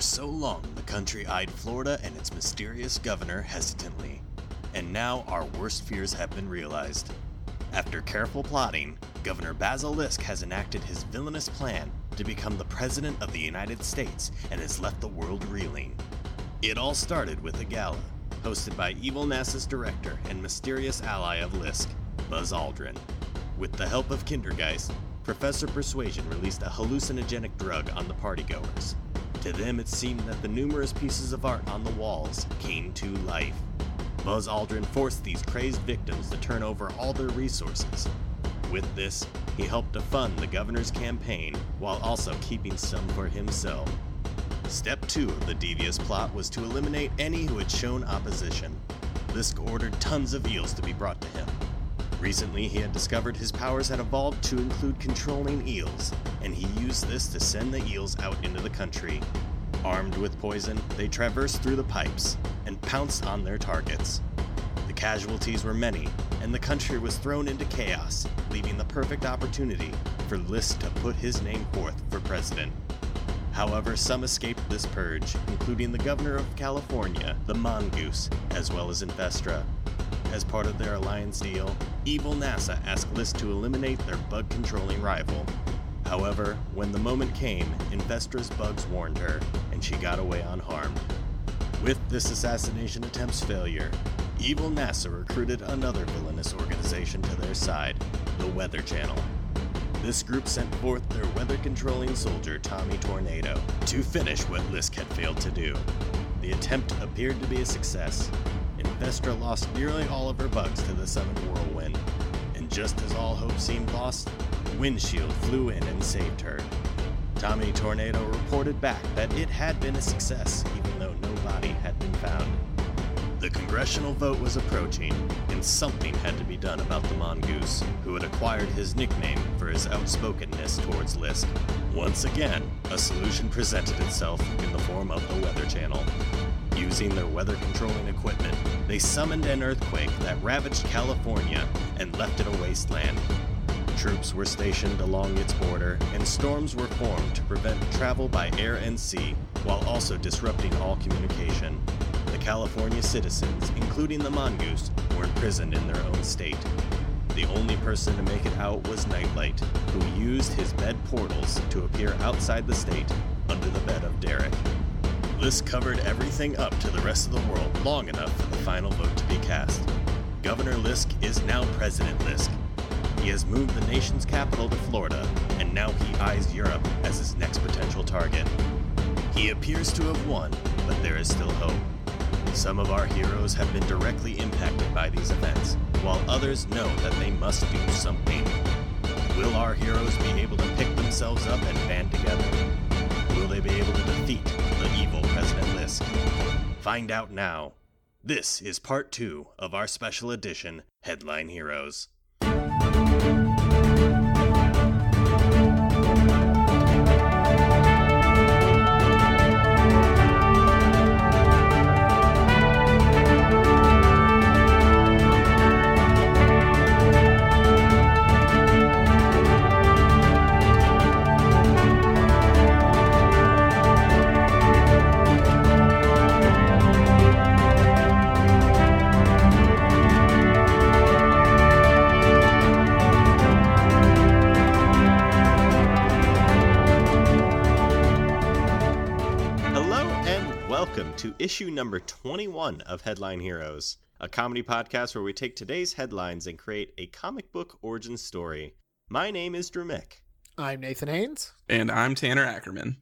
so long, the country eyed Florida and its mysterious governor hesitantly. And now our worst fears have been realized. After careful plotting, Governor Basil Lisk has enacted his villainous plan to become the President of the United States and has left the world reeling. It all started with a gala, hosted by Evil NASA's director and mysterious ally of Lisk, Buzz Aldrin. With the help of Kindergeist, Professor Persuasion released a hallucinogenic drug on the partygoers. To them, it seemed that the numerous pieces of art on the walls came to life. Buzz Aldrin forced these crazed victims to turn over all their resources. With this, he helped to fund the governor's campaign while also keeping some for himself. Step two of the devious plot was to eliminate any who had shown opposition. Lisk ordered tons of eels to be brought to him. Recently, he had discovered his powers had evolved to include controlling eels, and he used this to send the eels out into the country. Armed with poison, they traversed through the pipes and pounced on their targets. The casualties were many, and the country was thrown into chaos, leaving the perfect opportunity for List to put his name forth for president. However, some escaped this purge, including the governor of California, the Mongoose, as well as Infestra. As part of their alliance deal, evil NASA asked List to eliminate their bug controlling rival. However, when the moment came, Infestra's bugs warned her, and she got away unharmed. With this assassination attempt's failure, evil NASA recruited another villainous organization to their side, the Weather Channel. This group sent forth their weather controlling soldier, Tommy Tornado, to finish what Lisk had failed to do. The attempt appeared to be a success. Investra lost nearly all of her bugs to the summoned whirlwind. And just as all hope seemed lost, Windshield flew in and saved her. Tommy Tornado reported back that it had been a success, even though no body had been found. The congressional vote was approaching, and something had to be done about the mongoose, who had acquired his nickname for his outspokenness towards Lisk. Once again, a solution presented itself in the form of the Weather Channel. Using their weather controlling equipment, they summoned an earthquake that ravaged California and left it a wasteland. Troops were stationed along its border, and storms were formed to prevent travel by air and sea, while also disrupting all communication. The California citizens, including the mongoose, were imprisoned in their own state. The only person to make it out was Nightlight, who used his bed portals to appear outside the state under the bed of Derek. This covered everything up to the rest of the world long enough for the final vote to be cast. Governor Lisk is now President Lisk. He has moved the nation's capital to Florida, and now he eyes Europe as his next potential target. He appears to have won, but there is still hope. Some of our heroes have been directly impacted by these events, while others know that they must do something. Will our heroes be able to pick themselves up and band together? Will they be able to defeat the evil President Lisk? Find out now. This is part two of our special edition Headline Heroes. Hello and welcome to issue number 21 of Headline Heroes, a comedy podcast where we take today's headlines and create a comic book origin story. My name is Drew Mick. I'm Nathan Haynes. And I'm Tanner Ackerman.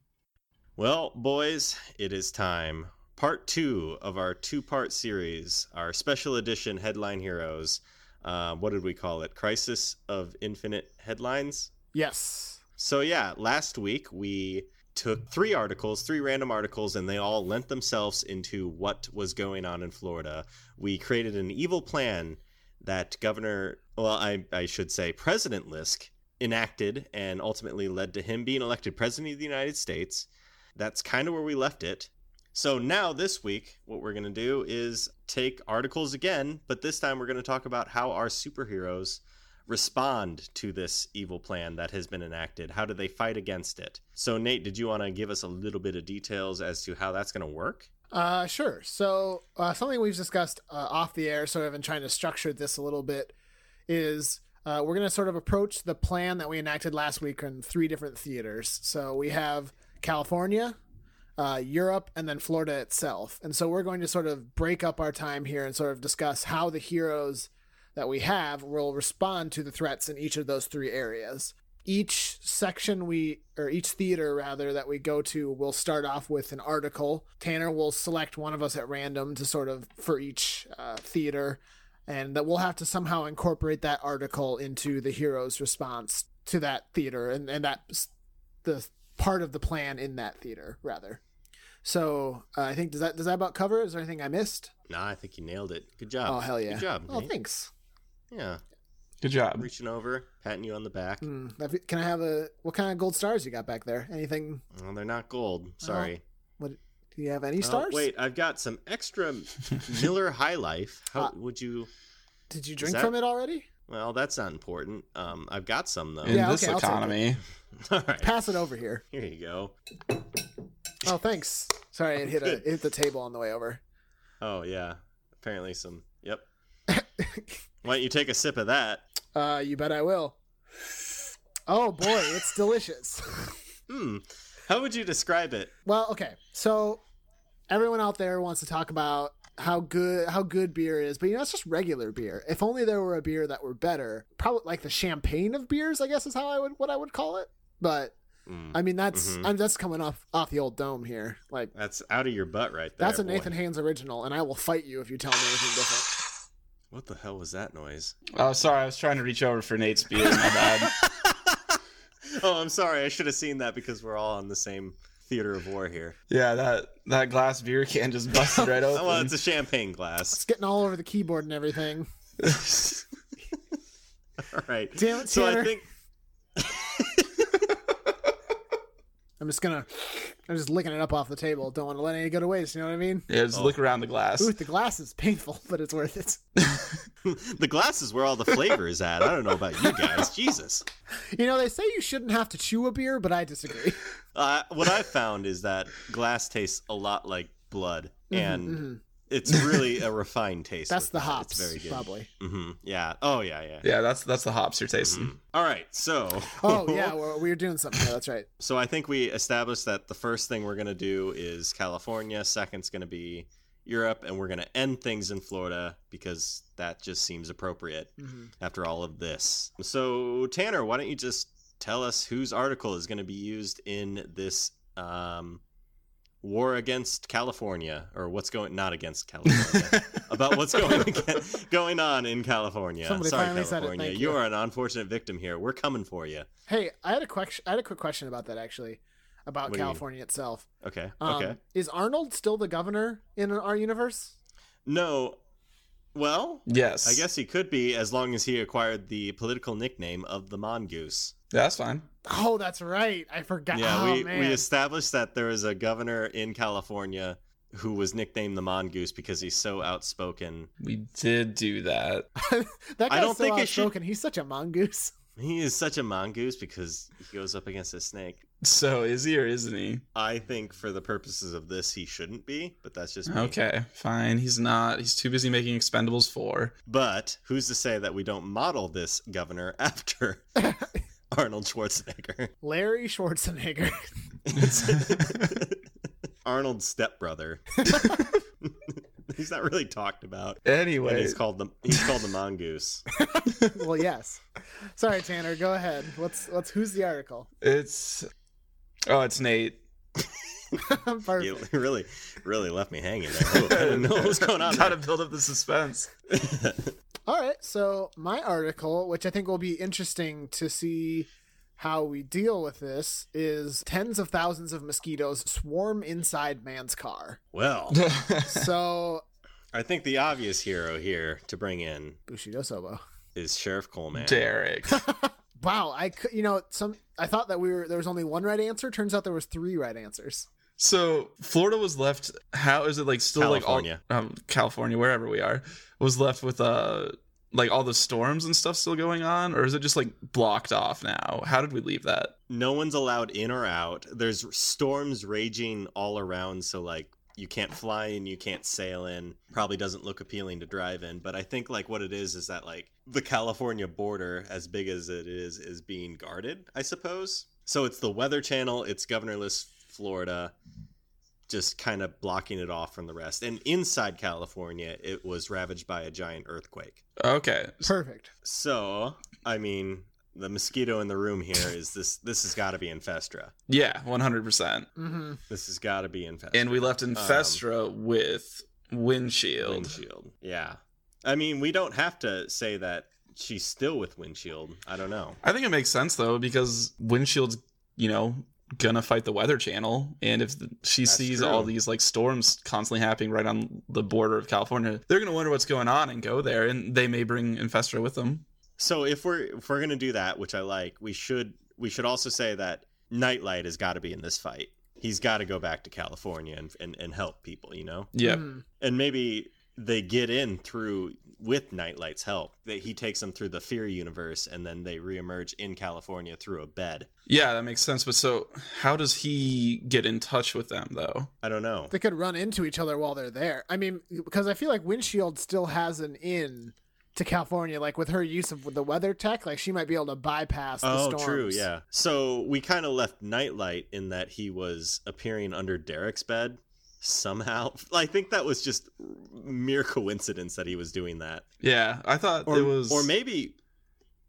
Well, boys, it is time. Part two of our two part series, our special edition Headline Heroes. Uh, what did we call it? Crisis of Infinite Headlines? Yes. So yeah, last week we took three articles, three random articles, and they all lent themselves into what was going on in Florida. We created an evil plan that Governor, well, I, I should say President Lisk enacted and ultimately led to him being elected President of the United States. That's kind of where we left it. So now this week, what we're going to do is take articles again, but this time we're going to talk about how our superheroes respond to this evil plan that has been enacted? How do they fight against it? So, Nate, did you want to give us a little bit of details as to how that's going to work? Uh, sure. So, uh, something we've discussed uh, off the air, sort of in trying to structure this a little bit, is uh, we're going to sort of approach the plan that we enacted last week in three different theaters. So, we have California, uh, Europe, and then Florida itself. And so, we're going to sort of break up our time here and sort of discuss how the heroes that we have will respond to the threats in each of those three areas each section we or each theater rather that we go to will start off with an article tanner will select one of us at random to sort of for each uh, theater and that we'll have to somehow incorporate that article into the hero's response to that theater and, and that the part of the plan in that theater rather so uh, i think does that does that about cover it? is there anything i missed Nah, I think you nailed it. Good job. oh hell yeah Good job. oh Nate. thanks Yeah. Good job. Reaching over, patting you on the back. Mm, that- can i have a what kind of gold stars you got back there anything Well, they're not gold. Sorry. do you have any Oh, stars wait, I've got some extra Miller High Life. How Ah. would you? Did you drink that- from it already? Well, that's not important. Um, I've got some though. In Yeah, this okay, I'll take it. economy, All right, Pass it over here. here you go. Oh, thanks. Sorry, it hit a, Good. it hit the table on the way over. Oh yeah, apparently some. Yep. Why don't you take a sip of that? Uh, you bet I will. Oh boy, it's delicious. Hmm. How would you describe it? well, okay. So everyone out there wants to talk about how good how good beer is, but you know it's just regular beer. If only there were a beer that were better. Probably like the champagne of beers, I guess is how I would what I would call it. But Hmm. I mean that's Mhm. I'm, that's coming off off the old dome here. Like That's out of your butt right there. that's a boy. Nathan Haynes original, and I will fight you if you tell me anything different. What the hell was that noise? oh sorry, I was trying to reach over for Nate's beer. My bad. oh, I'm sorry. I should have seen that because we're all on the same theater of war here. Yeah, that that glass beer can just busted right Oh, well, open. it's a champagne glass. It's getting all over the keyboard and everything. all right. Damn it, So I Tanner. think I'm just gonna, I'm just licking it up off the table. Don't want to let any go to waste. You know what I mean? yeah, Oh. just look around the glass. Ooh, the glass is painful, but it's worth it. the glass is where all the flavor is at. I don't know about you guys. Jesus. You know they say you shouldn't have to chew a beer, but I disagree. Uh, what I found is that glass tastes a lot like blood, and Mhm, mhm. it's really a refined taste. that's with the that. hops, It's very good. probably. hmm Yeah. Oh, yeah, yeah. Yeah, that's that's the hops you're tasting. Mhm. All right. So. Oh yeah, we're, we're doing something. Yeah, that's right. So I think we established that the first thing we're going to do is California, second's going to be Europe, and we're going to end things in Florida because that just seems appropriate Mhm. after all of this. So, Tanner, why don't you just tell us whose article is going to be used in this um, war against California, or what's going not against California, about what's going going on in California? Somebody Sorry, finally said it, California, thank you you. are an unfortunate victim here. We're coming for you. Hey, I had a question. I had a quick question about that actually, about What do you mean? California itself. Okay. Um, okay. Is Arnold still the governor in our universe? No. Well, Yes, Mm-hmm. I guess he could be as long as he acquired the political nickname of the mongoose. Yeah, that's fine. Oh, that's right. I forgot. Yeah, oh we, man. we established that there is a governor in California who was nicknamed the mongoose because he's so outspoken. We did do that. that guy's I don't so think it should- outspoken. He's such a mongoose. He is such a mongoose because he goes up against a snake. So is he or isn't he? I think for the purposes of this, he shouldn't be, but that's just me. Okay, fine. He's not. He's too busy making Expendables four. But who's to say that we don't model this governor after Arnold Schwarzenegger? Larry Schwarzenegger. Arnold's stepbrother. he's not really talked about. And anyway, he's called the he's called the mongoose. well, yes. Sorry, Tanner. Go ahead. What's what's who's the article? it's oh, it's Nate. Perfect. You really, really left me hanging there. Oh, I didn't know what was going on. How to there. build up the suspense. All right. So my article, which I think will be interesting to see how we deal with this, is tens of thousands of mosquitoes swarm inside man's car. Well, So I think the obvious hero here to bring in Bushido Sobo. is Sheriff Coleman. Derek. Wow, I could, you know some. I thought that we were there was only one right answer. Turns out there was three right answers. So Florida was left. How is it like still California. like all um, California, wherever we are, was left with uh like all the storms and stuff still going on, or is it just like blocked off now? How did we leave that? No one's allowed in or out. There's storms raging all around, so like you can't fly in, you can't sail in. Probably doesn't look appealing to drive in, but I think like what it is is that like the California border, as big as it is, is being guarded, I suppose. So it's the Weather Channel, it's governorless Florida, just kind of blocking it off from the rest. And inside California, it was ravaged by a giant earthquake. Okay, Perfect. So, I mean, the mosquito in the room here is this this has got to be infestra. yeah, one hundred percent. hmm This has got to be infestra. And we left Infestra with windshield. Windshield. Yeah. I mean, we don't have to say that she's still with Windshield. I don't know. I think it makes sense though because Windshield's you know gonna fight the Weather Channel, and if the, she That's sees true. all these like storms constantly happening right on the border of California, they're gonna wonder what's going on and go there, and they may bring Infestra with them. So if we're if we're gonna do that, which I like, we should we should also say that Nightlight has got to be in this fight. He's got to go back to California and, and and help people. You know. Yeah, Mm-hmm. and maybe they get in through with Nightlight's help. That he takes them through the Fear universe, and then they reemerge in California through a bed. yeah, that makes sense. But so how does he get in touch with them though? I don't know. They could run into each other while they're there. I mean, because I feel like Windshield still has an in to California. Like with her use of the weather tech, like she might be able to bypass the Oh, storms. true. Yeah. So we kind of left Nightlight in that he was appearing under Derek's bed somehow. I think that was just mere coincidence that he was doing that, Yeah, I thought or it was or maybe.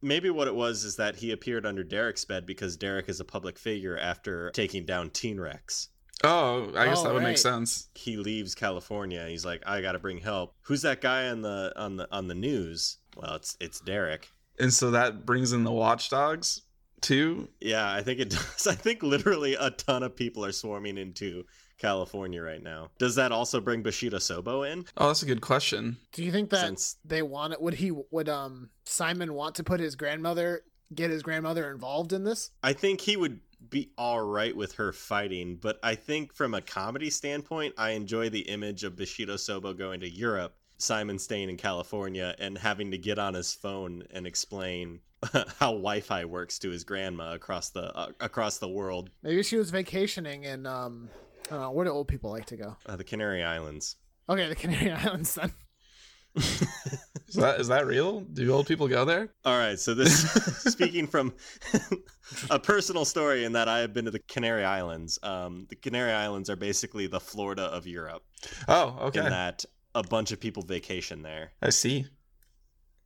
Maybe what it was is that he appeared under Derek's bed because Derek is a public figure after taking down Teen Rex. Oh, I guess Oh, that would right. make sense. he leaves California. He's like, I gotta bring help. Who's that guy on the on the on the news? Well, it's it's Derek. And so that brings in the watchdogs too. Yeah, I think it does. I think literally a ton of people are swarming into California right now. Does that also bring Bushido Sobo in? Oh, that's a good question. Do you think that Since they want it? Would he? Would um Simon want to put his grandmother? Get his grandmother involved in this? I think he would be all right with her fighting, but I think from a comedy standpoint, I enjoy the image of Bushido Sobo going to Europe, Simon staying in California, and having to get on his phone and explain how Wi-Fi works to his grandma across the uh, across the world, Maybe she was vacationing in um. I don't know, where do old people like to go? uh, the Canary Islands. Okay, the Canary Islands. Then. Is that is that real? Do old people go there? All right, so this speaking from a personal story in that I have been to the Canary Islands. Um, the Canary Islands are basically the Florida of Europe, Oh, in okay. that a bunch of people vacation there. I see.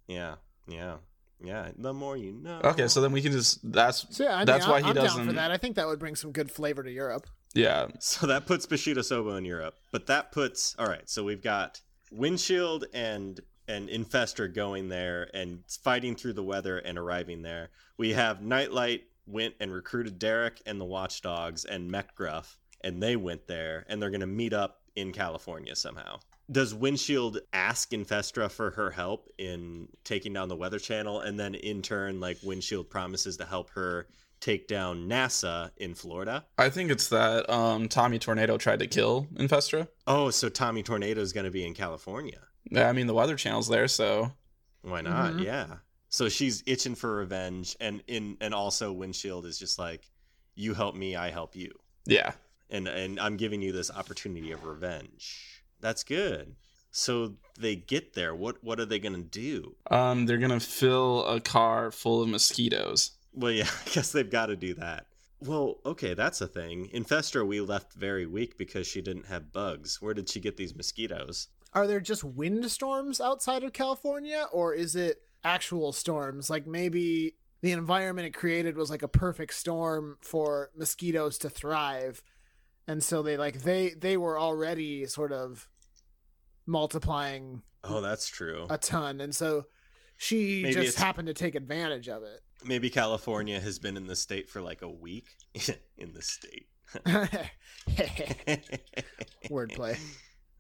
Yeah, yeah, yeah. The more you know. Okay, so then we can just that's So yeah, I That's mean, why I'm, he I'm down for doesn't- that. I think that would bring some good flavor to Europe. yeah. so that puts Bushido Sobo in Europe, but that puts all right. So we've got Windshield and and Infestor going there and fighting through the weather and arriving there. We have Nightlight went and recruited Derek and the Watchdogs and Metgruff, and they went there and they're gonna meet up in California somehow. Does Windshield ask Infestra for her help in taking down the Weather Channel, and then in turn, like Windshield promises to help her take down NASA in Florida? I think it's that um Tommy Tornado tried to kill Infestra. Oh, so Tommy Tornado is going to be in California. Yeah, I mean the Weather Channel's there, so Why not? Mhm. Yeah. So she's itching for revenge, and in and also Windshield is just like, you help me, I help you, yeah. and and I'm giving you this opportunity of revenge. That's good. So they get there. What what are they going to do? Um, they're gonna fill a car full of mosquitoes. Well, yeah, I guess they've got to do that. Well, okay, that's a thing. Infestor we left very weak because she didn't have bugs. Where did she get these mosquitoes? Are there just windstorms outside of California, or is it actual storms? Like maybe the environment it created was like a perfect storm for mosquitoes to thrive, and so they like they they were already sort of multiplying Oh, that's true. a ton, and so she Maybe just it's- happened to take advantage of maybe California has been in the state for like a week in the state. it. Wordplay.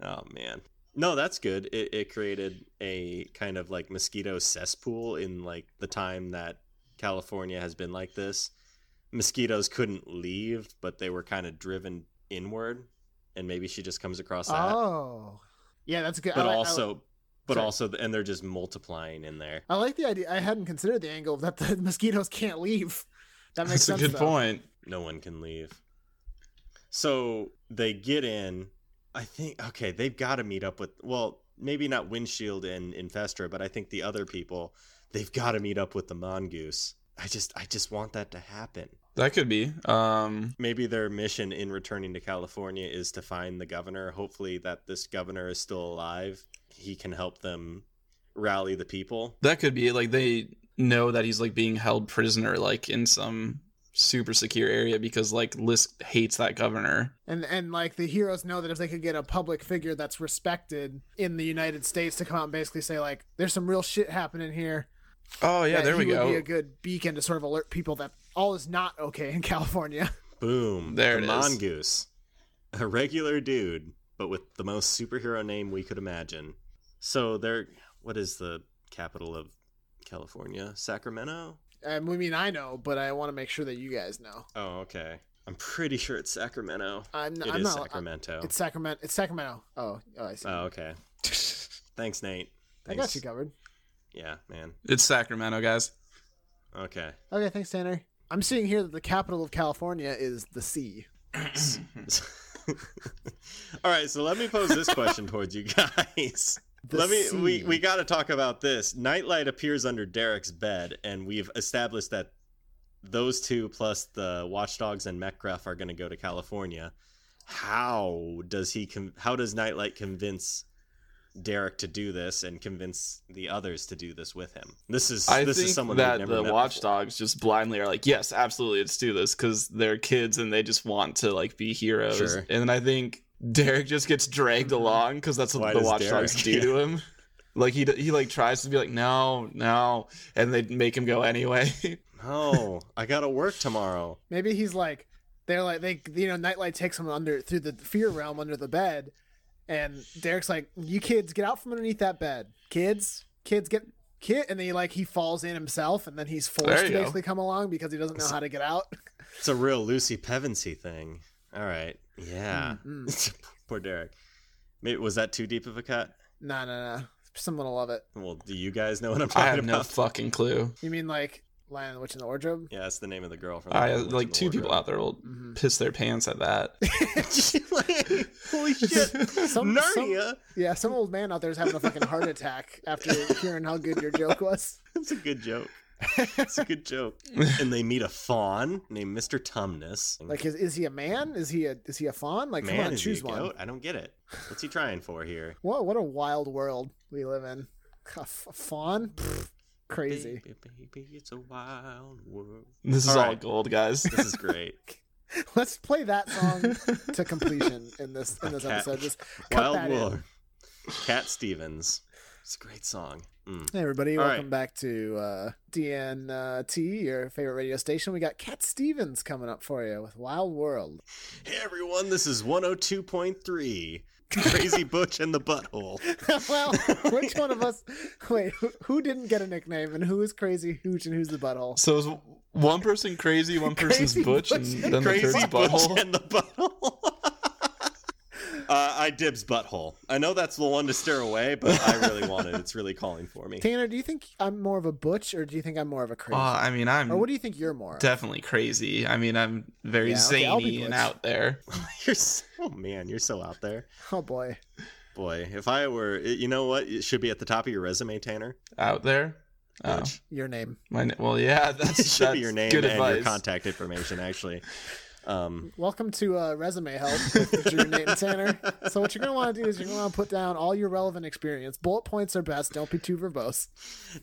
Oh man. No, that's good. It, it created a kind of like mosquito cesspool in like the time that California has been like this. Mosquitoes couldn't leave, but they were kind of driven inward, and maybe she just comes across that. Oh, yeah, that's good. I but like- I like- also, but Sorry. also and they're just multiplying in there. I like the idea. I hadn't considered the angle that the mosquitoes can't leave. That makes That's a sense, good though. point. No one can leave. So they get in. I think okay, they've got to meet up with well, maybe not Windshield and Infestra, but I think the other people they've got to meet up with the mongoose. I just I just want that to happen. That could be. Um, Maybe their mission in returning to California is to find the governor. Hopefully that this governor is still alive. He can help them rally the people. that could be like they know that he's like being held prisoner, like in some super secure area because like Lisk hates that governor. And and like the heroes know that if they could get a public figure that's respected in the United States to come out and basically say like, "There's some real shit happening here." Oh yeah, that there he we would go. Be a good beacon to sort of alert people that all is not okay in California. Boom. There the it is. mongoose. A regular dude, but with the most superhero name we could imagine. So they're what is the capital of California? Sacramento? Um, I mean, I know, but I want to make sure that you guys know. Oh, okay. I'm pretty sure it's Sacramento. I'm, It is I'm not. uh, Sacramento. It's Sacramento. It's Sacramento. Oh, oh I see. Oh, okay. Thanks, Nate. I Thanks. got you covered. Yeah, man. It's Sacramento, guys. Okay. Okay, thanks, Tanner. I'm seeing here that the capital of California is the sea. Hmm. All right, so let me pose this question towards you guys. The Let me we sea. we got to talk about this. Nightlight appears under Derek's bed and we've established that those two plus the Watchdogs and Metcalf are going to go to California. How does he con how does Nightlight convince Derek to do this and convince the others to do this with him? This is I this think is someone we've that never the met watchdogs just blindly are like, yes, absolutely, let's do this because they're kids and they just want to like be heroes. Sure. Mm-hmm. And then I think Derek just gets dragged along because that's Why what the does watchdogs Derek- do to him. Like he he like tries to be like no no, and they make him go anyway. before. No, I got to work tomorrow. Maybe he's like, they're like, they, you know, Nightlight takes him under through the fear realm under the bed, and Derek's like, "You kids, get out from underneath that bed, kids, kids, get kid." And then he like he falls in himself, and then he's There forced you to go. basically come along because he doesn't know how to get out. It's a real Lucy Pevensey thing. All right. Yeah. Mm, Hmm. Poor Derek. Maybe, was that too deep of a cut? No, no, no. Someone will love it. Well, do you guys know what I'm I talking have no about? fucking clue. You mean like Lion the Witch in the Wardrobe? yeah, it's the name of the girl from the I Witch in like the two people Wardrobe. out there will Mm-hmm. piss their pants at that. Holy shit. Some- Narnia. Yeah, some old man out there is having a fucking heart attack after hearing how good your joke was. That's a good joke. It's a good joke. And they meet a fawn named Mr. Tumnus. Like, is, is he a man? Is he a is he a fawn? Like, come man, on, is he a choose one. goat? I don't get it. What's he trying for here? Whoa, what a wild world we live in. A f- fawn? Pfft, crazy. Baby, baby, it's a wild world. this is All all, right. gold, guys. This is great. Let's play that song to completion in this in this Okay. episode. Just cut Wild that in. War. Cat Stevens. It's a great song. Mm. Hey everybody, All welcome right. back to uh, DNT, your favorite radio station. We got Cat Stevens coming up for you with Wild World. Hey everyone, this is 102.3. Crazy Butch and the Butthole. well, which one of us? Wait, who, who didn't get a nickname, and who is Crazy Hooch, and who's the butthole? So is one person crazy, one person's Crazy butch, and Butch. then the third's Crazy Butch butthole. and the Butthole. uh, I dibs Butthole. I know that's the one to steer away, but I really want it. It's really calling for me. Tanner, do you think I'm more of a butch, or do you think I'm more of a crazy? Uh, I mean, I'm or what do you think you're more? of? definitely crazy. I mean, I'm very Yeah, okay, I'll be zany and butch. out there. You're so, oh man, you're so out there. oh boy. Boy, if I were, you know what? It should be at the top of your resume, Tanner. Out there. Oh, Butch. your name. my, na- well, yeah, that's, it should that's be your name good and advice. your contact information, actually. Um, Welcome to uh, Resume Help with Drew Nate and Tanner. So what you're gonna want to do is you're gonna want to put down all your relevant experience. Bullet points are best. Don't be too verbose.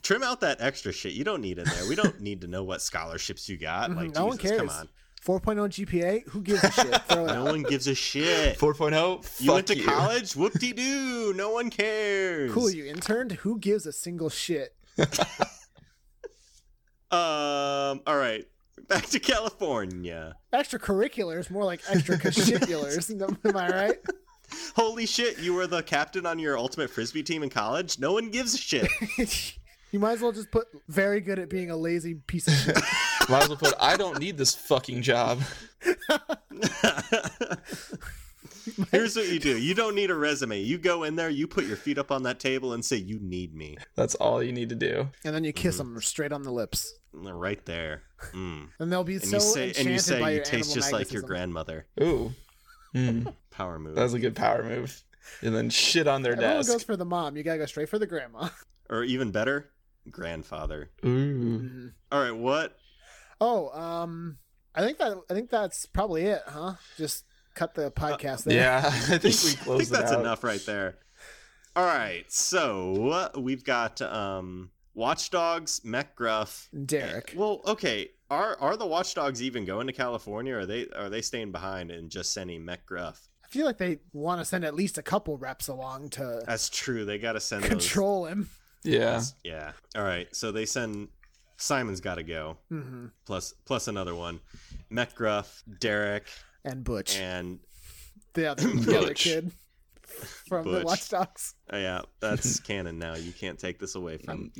trim out that extra shit. You don't need in there. We don't need to know what scholarships you got. Like, Mm-hmm. no one Jesus, cares. come on. 4.0 GPA. Who gives a shit? Throw it No out. one gives a shit. 4.0. You went oh? fuck to college? Whoop de doo. No one cares. Cool, you interned. Who gives a single shit? Um, all right. Back to California. Extracurriculars, more like extracurriculars. Am I right? Holy shit, you were the captain on your ultimate frisbee team in college? No one gives a shit. you might as well just put very good at being a lazy piece of shit. Might as well put, I don't need this fucking job. Here's what you do. You don't need a resume. You go in there, you put your feet up on that table and say, You need me. That's all you need to do. and then you kiss Mm-hmm. them straight on the lips, And they're Right there. Mm. and they'll be And so you say enchanted and you by say you your taste animal just like your magnetism. grandmother. Ooh. Hmm. Power move. That was a good power move. And then shit on their Everyone goes desk. for the mom. You gotta go straight for the grandma. or even better, grandfather. Ooh. Mm-hmm. Alright, what Oh, um, I think that I think that's probably it, huh? Just cut the Uh, podcast there. Yeah, I think we I closed think that's it out. enough right there. All right, so uh, we've got um, Watchdogs, MechGruff. Derek. Well, okay. Are are the Watchdogs even going to California? Or are they are they staying behind and just sending MechGruff? I feel like they want to send at least a couple reps along to That's true. They got to send control him. Yeah. Those. Yeah. All right. So they send. Simon's got to go. hmm Plus plus another one. MechGruff, Derek, And Butch, and the other, the other Butch. kid from the Butch. Watch Dogs. oh, yeah, that's canon now. You can't take this away from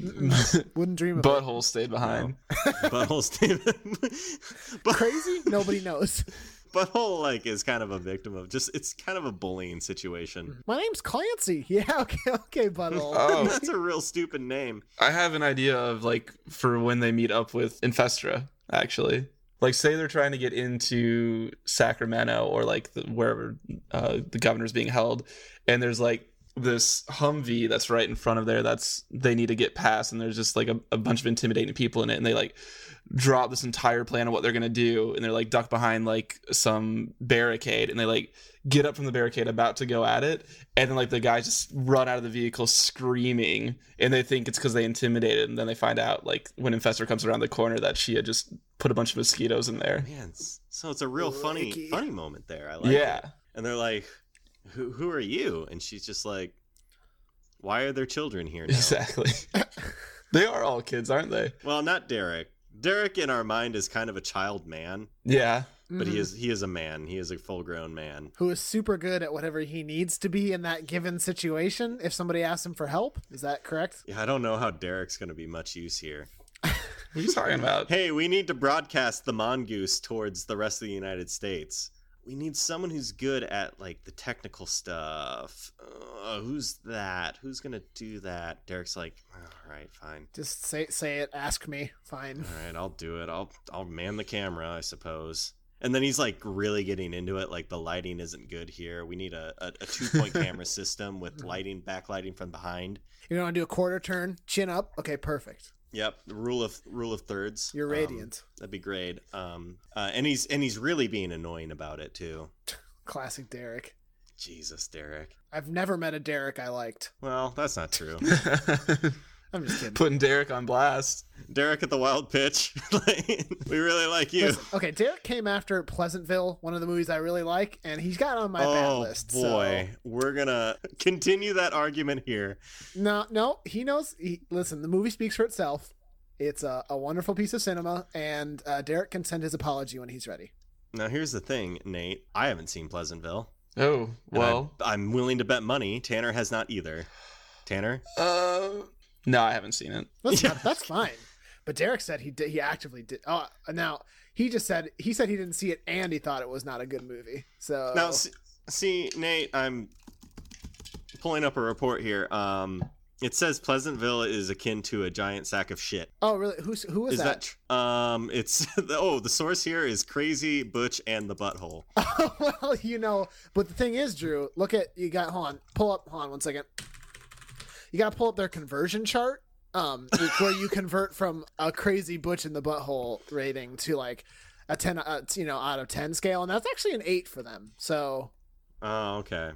Wouldn't dream of it. Butthole stayed behind. Butthole Steven. but Crazy? Nobody knows. Butthole like is kind of a victim of just it's kind of a bullying situation. My name's Clancy. Yeah, okay, okay, butthole. Oh. That's a real stupid name. I have an idea of like for when they meet up with Infestra, actually. Like say they're trying to get into Sacramento or like the, wherever uh, the governor's being held, and there's like this Humvee that's right in front of there that's they need to get past, and there's just like a, a bunch of intimidating people in it, and they like drop this entire plan of what they're gonna do, and they're like ducked behind like some barricade, and they like get up from the barricade about to go at it, and then like the guys just run out of the vehicle screaming, and they think it's because they intimidated, and then they find out like when Infestor comes around the corner that she had just put a bunch of mosquitoes in there. Man, s- so it's a real funny Ricky. funny moment there. I like yeah, it. And they're like, Who who are you? And she's just like, Why are there children here now? exactly. they are all kids, aren't they? Well, not Derek. Derek in our mind is kind of a child man, Yeah, but he Mhm. is he is a man. He is a full grown man. Who is super good at whatever he needs to be in that given situation if somebody asks him for help. Is that correct? Yeah, I don't know how Derek's gonna be much use here. what are you talking about? hey, we need to broadcast the mongoose towards the rest of the United States. We need someone who's good at like the technical stuff. Uh, who's that? Who's gonna do that? Derek's like, all right, fine, Just say say it, ask me. Fine. all right, I'll do it. I'll I'll man the camera, I suppose. And then he's like really getting into it. Like the lighting isn't good here. We need a, a, a two point camera system with lighting, backlighting from behind. You don't want to do a quarter turn, chin up. Okay, perfect. Yep, the rule of rule of thirds. You're Um, radiant. that'd be great. Um, uh, and he's and he's really being annoying about it too. Classic Derek. Jesus, Derek. I've never met a Derek I liked. Well, that's not true. I'm just kidding. Putting Derek on blast. Derek at the wild pitch. Like, we really like you. Listen, okay, Derek came after Pleasantville, one of the movies I really like, and he's got on my bad Oh list. so- boy, we're gonna continue that argument here. No, no, he knows. He, listen, the movie speaks for itself. It's a, a wonderful piece of cinema, and uh, Derek can send his apology when he's ready. Now here's the thing, Nate. I haven't seen Pleasantville. Oh and well. I, am willing to bet money Tanner has not either. Tanner, Uh, no, I haven't seen it. That's, Yeah. that's fine. But Derek said he did. He actively did. Oh, now he just said he said he didn't see it, and he thought it was not a good movie. So now see, see, Nate, I'm pulling up a report here. Um, it says Pleasantville is akin to a giant sack of shit. oh, really? Who's who was Is that? tr- um, it's oh, the source here is Crazy Butch and the Butthole. well, you know, but the thing is, Drew, look at you got hold on, pull up hold on one second. You gotta pull up their conversion chart. Um it's where you convert from a crazy butch in the butthole rating to like a ten uh, t- you know, out of ten scale, and that's actually an eight for them. So Oh, okay.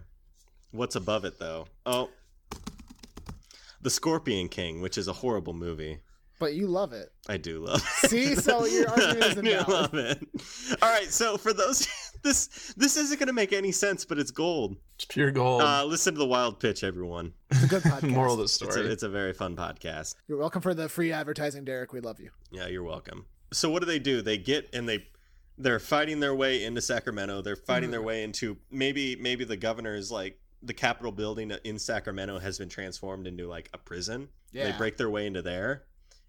What's above it though? Oh, The Scorpion King, which is a horrible movie. but you love it. I do love. See, so your argument is I do invalid. love it. All right, so for those, this this isn't going to make any sense, but it's gold. It's pure gold. Uh, listen to the Wild Pitch, everyone. It's a good podcast. Moral of the It's story. a, it's a very fun podcast. You're welcome for the free advertising, Derek. We love you. Yeah, you're welcome. So what do they do? They get and they they're fighting their way into Sacramento. They're fighting Mm-hmm. their way into maybe maybe the governor's like the Capitol building in Sacramento has been transformed into like a prison. They break their way into there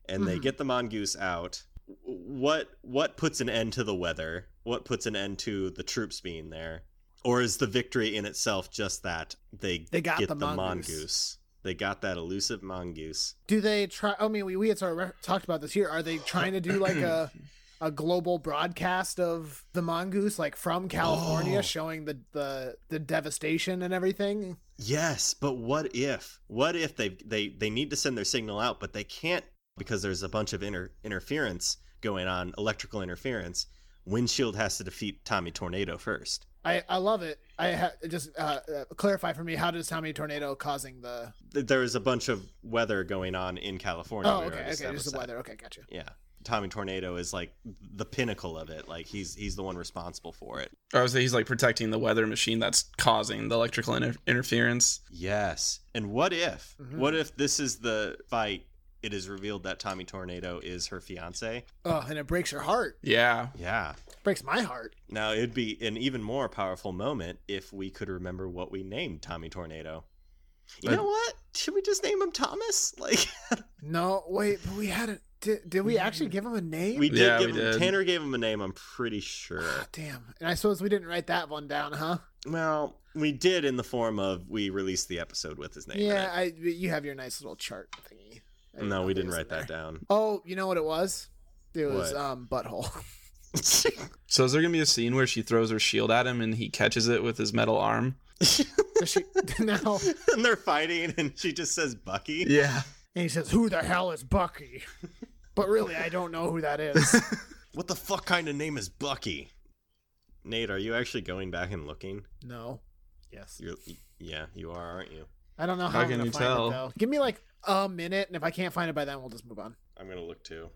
and they Mhm. get the mongoose out. W- What what puts an end to the weather? What puts an end to the troops being there? Or is the victory in itself just that they, They got get the mongoose. They got that elusive mongoose. Do they try? I mean, we, we had sort of re- talked about this here. Are they trying to do like a a global broadcast of the mongoose, like from California, Oh. showing the, the the devastation and everything? Yes, but what if? What if they they they need to send their signal out, but they can't because there's a bunch of inter- interference going on, electrical interference. Windshield has to defeat Tommy Tornado first. I I love it. I ha- just uh, uh, clarify for me how does Tommy Tornado causing the? Th- There is a bunch of weather going on in California. Oh, We okay, already okay, established just the that. weather. Okay, gotcha. Yeah, Tommy Tornado is like the pinnacle of it. Like he's he's the one responsible for it. Or I was he's like protecting the weather machine that's causing the electrical inter- interference. Yes. And what if? Mhm. What if this is the fight? It is revealed that Tommy Tornado is her fiance. Oh, and it breaks your heart. Yeah. Yeah. Breaks my heart. Now, it'd be an even more powerful moment if we could remember what we named Tommy Tornado. You I- know what? Should we just name him Thomas? Like No, wait, but we had it. Did, did we actually give him a name? Mm. we did Yeah, give we him did. Tanner gave him a name, I'm pretty sure. Ah, damn. And I suppose we didn't write that one down, huh? well, we did in the form of we released the episode with his name. in Yeah, it. I you have your nice little chart thingy. I didn't No, know we if it didn't was in write that there. down. Oh, you know what it was? It was What? um butthole. So is there gonna be a scene where she throws her shield at him and he catches it with his metal arm? Does she- now and they're fighting and she just says Bucky. Yeah. and he says, "Who the hell is Bucky?" But really, I don't know who that is. What the fuck kind of name is Bucky? Nate, are you actually going back and looking? No. Yes. You're, yeah, you are, aren't you? I don't know How how, I'm can gonna you find tell? it though. Give me like a minute, and if I can't find it by then, we'll just move on. I'm gonna look too.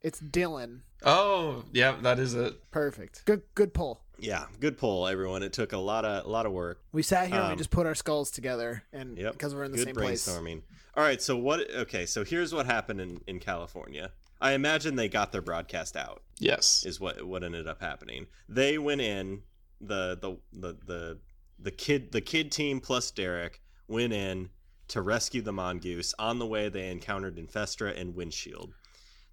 It's Dylan. Oh, yeah, that is it. Perfect. Good. Good pull. Yeah, good poll, everyone. It took a lot of a lot of work. We sat here and Um, we just put our skulls together, and Yep. because we're in the good same place. brainstorming. All right, so what? Okay, so here's what happened in in California. I imagine they got their broadcast out. Yes. Is what what ended up happening. They went in the the the the the kid the kid team plus Derek went in to rescue the mongoose. On the way, they encountered Infestra and Windshield.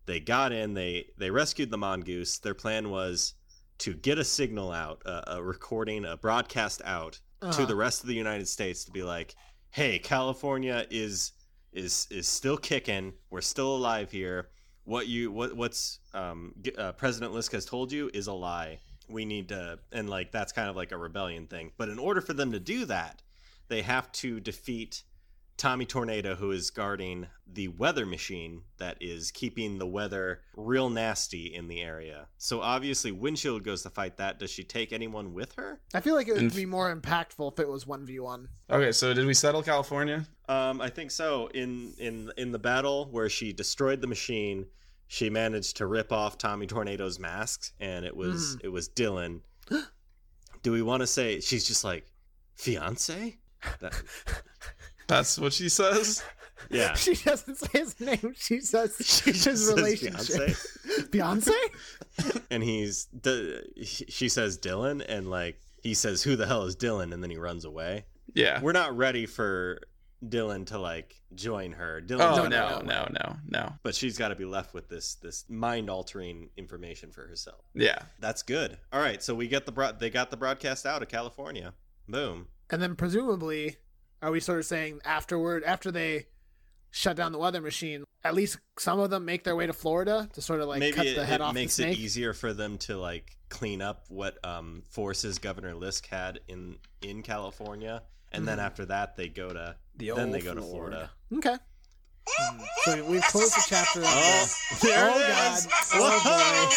They got in. They they rescued the mongoose. Their plan was to get a signal out, a, a recording, a broadcast out to Uh-huh. the rest of the United States to be like, "Hey, California is is is still kicking. We're still alive here. What you what what's um, g- uh, President Lisk has told you is a lie. We need to and like that's kind of like a rebellion thing. But in order for them to do that, they have to defeat Tommy Tornado, who is guarding the weather machine that is keeping the weather real nasty in the area. So obviously, Windshield goes to fight that. Does she take anyone with her? I feel like it would And- be more impactful if it was one v one. Okay, so did we settle California? Um, I think so. In in in the battle where she destroyed the machine, she managed to rip off Tommy Tornado's mask, and it was Hmm. it was Dylan. Do we want to say she's just like fiance? That- That's what she says. yeah, She doesn't say his name. She says his says relationship. fiancé. Beyonce. and he's d- she says Dylan, and like he says, "Who the hell is Dylan?" And then he runs away. Yeah. We're not ready for Dylan to like join her. Dylan, Oh No, no, no, no, no, no. but she's got to be left with this this mind altering information for herself. Yeah. That's good. All right, so we get the broad. They got the broadcast out of California. Boom. And then presumably, are we sort of saying afterward, after they shut down the weather machine, at least some of them make their way to Florida to sort of like Maybe cut it, the head it off makes the it e- snake? easier for them to like clean up what um, forces Governor Lisk had in in California, and then Mhm. after that they go to The then they go to Florida. Okay. Mm. So we've closed the chapter. on Oh, this. there Oh, it is! God. Whoa! Oh, boy.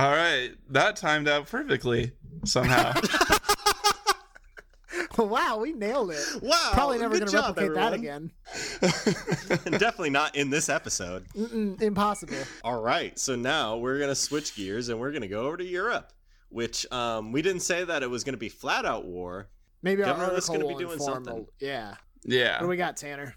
All right. That timed out perfectly somehow. wow, we nailed it. Wow! Probably never going going to to replicate that again. Definitely not in this episode. Mm-mm, impossible. All right, so now we're gonna switch gears and we're gonna go over to Europe, which um, we didn't say that it was gonna be flat out war. Maybe our Governor Lisk's gonna article be will doing inform. something. Yeah. What do yeah. we got, Tanner?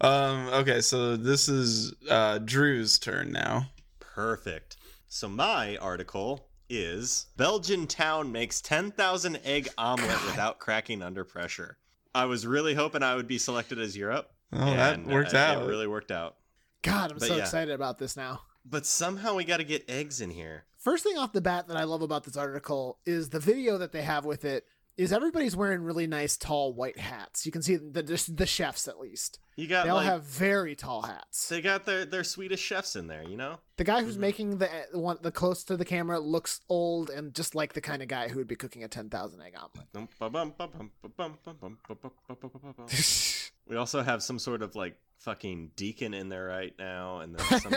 Um okay, so this is uh Drew's turn now. Perfect. So my article is Belgian town makes 10,000 egg omelet without cracking under pressure. I was really hoping I would be selected as Europe. Oh, that and, worked uh, out. It really worked out. God, I'm But so yeah. excited about this now. But somehow we got to get eggs in here. First thing off the bat that I love about this article is the video that they have with it is everybody's wearing really nice tall white hats. You can see the the, the chefs at least. You got They all like have very tall hats. they got their their Swedish chefs in there, you know. The guy who's Mhm. making the the one the close to the camera looks old and just like the kind of guy who would be cooking a ten thousand egg omelet. Dum- ba- bum- ba- bum- ba- bum- bum- bum- ba- bum- ba- bum- ba- bum. We also have some sort of like fucking deacon in there right now, and then some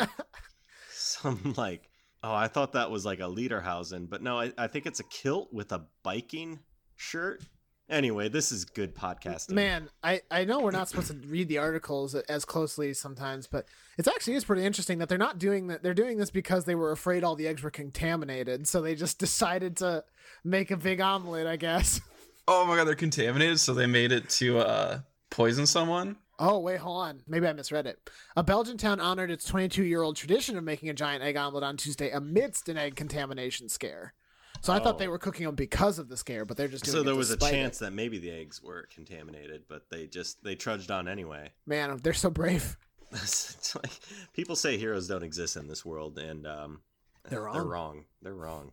some like oh, I thought that was like a Lederhausen, but no, I, I think it's a kilt with a biking shirt. Anyway, this is good podcasting. Man, I, I know we're not supposed to read the articles as closely sometimes, but it's actually is pretty interesting that they're not doing that. They're doing this because they were afraid all the eggs were contaminated, so they just decided to make a big omelet. I guess. Oh my god, they're contaminated, so they made it to uh poison someone. Oh wait, hold on. Maybe I misread it. A Belgian town honored its 22 year old tradition of making a giant egg omelet on Tuesday amidst an egg contamination scare. So I thought Oh. they were cooking them because of the scare, but they're just doing so it there was a despite it. chance that maybe the eggs were contaminated, but they just they trudged on anyway. Man, they're so brave. It's like, people say heroes don't exist in this world, and um, They're They're wrong. wrong. They're wrong.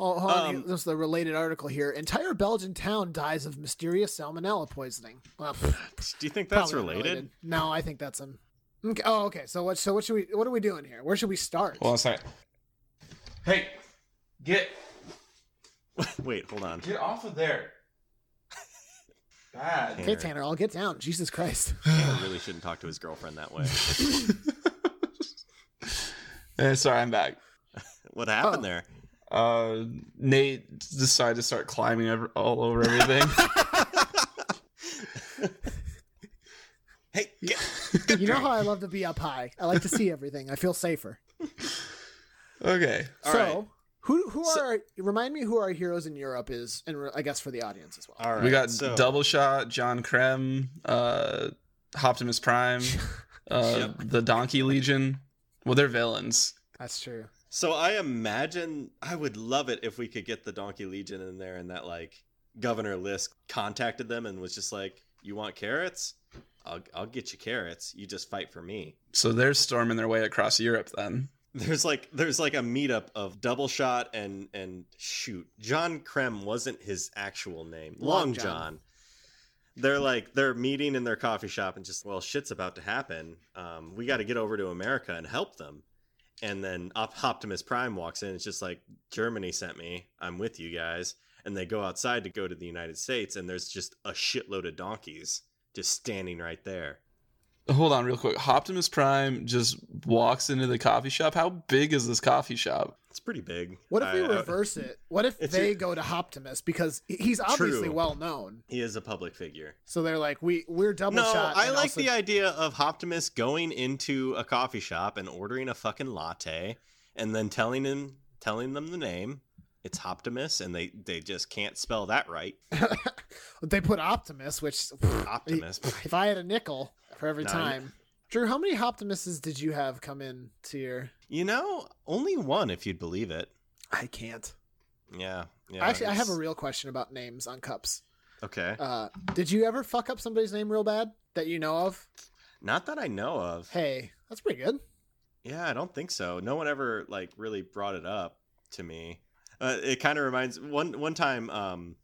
Oh, hold on. Um, this is the related article here. Entire Belgian town dies of mysterious salmonella poisoning. Well, pff, Do you think that's probably related? unrelated. No, I think that's an. Okay, oh, okay. So what? So what should we? What are we doing here? Where should we start? Hold on a second. Hey, get Wait, hold on. get off of there. Bad. okay, Tanner, I'll get down. Jesus Christ. Tanner really shouldn't talk to his girlfriend that way. Eh, sorry, I'm back. What happened Oh. there? Uh, Nate decided to start climbing over, all over everything. Hey, get, You know how I love to be up high. I like to see everything. I feel safer. okay. All so, right. who who So- are our- remind me who our heroes in Europe is, and re- I guess for the audience as well. all right. we got so, Double Shot, John Krem, uh, Optimus Prime, uh, Yep. the Donkey Legion. Well, they're villains. That's true. So I imagine I would love it if we could get the Donkey Legion in there, and that like Governor Lisk contacted them and was just like, "You want carrots? I'll I'll get you carrots. You just fight for me." So they're storming their way across Europe then. There's like there's like a meetup of double shot and and shoot. John Krem wasn't his actual name. Long Long John. John. They're like they're meeting in their coffee shop and just well shit's about to happen. Um, we got to get over to America and help them. And then Op- Optimus Prime walks in. It's just like Germany sent me. I'm with you guys. And they go outside to go to the United States, and there's just a shitload of donkeys just standing right there. Hold on, real quick. Optimus Prime just walks into the coffee shop. How big is this coffee shop? It's pretty big. What if I- we I- reverse it? What if It's they a- go to Optimus because he- he's obviously True. well known? he is a public figure. So they're like, we we're double no, shot. I and like also- the idea of Optimus going into a coffee shop and ordering a fucking latte, and then telling him telling them the name. It's Optimus, and they they just can't spell that right. they put Optimus, which Optimus. if I had a nickel for every No, you- time. Drew, how many Optimuses did you have come in to your? you know, only one, if you'd believe it. I can't. Yeah. yeah Actually, I have a it's- real question about names on cups. okay. Uh, did you ever fuck up somebody's name real bad that you know of? Not that I know of. Hey, that's pretty good. Yeah, I don't think so. No one ever like really brought it up to me. Uh, it kind of reminds one one time um,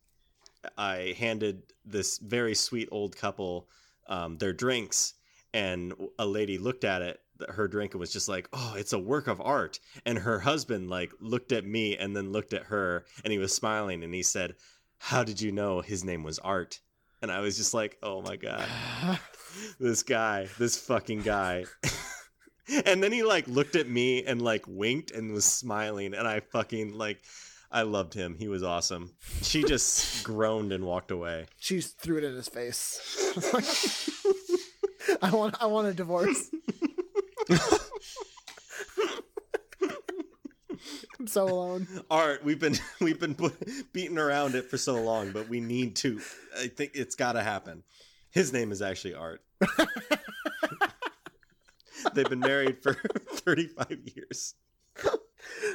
I handed this very sweet old couple um, their drinks, and a lady looked at it, her drink, and was just like, "Oh, it's a work of art." And her husband like looked at me and then looked at her, and he was smiling, and he said, "How did you know his name was Art?" And I was just like, "Oh my god." this guy, this fucking guy. and then he like looked at me and like winked and was smiling and I fucking like I loved him. He was awesome. She just groaned and walked away. She just threw it in his face. I want. I want a divorce. I'm so alone. Art, we've been we've been put- beating around it for so long, but we need to. I think it's got to happen. His name is actually Art. They've been married for 35 years.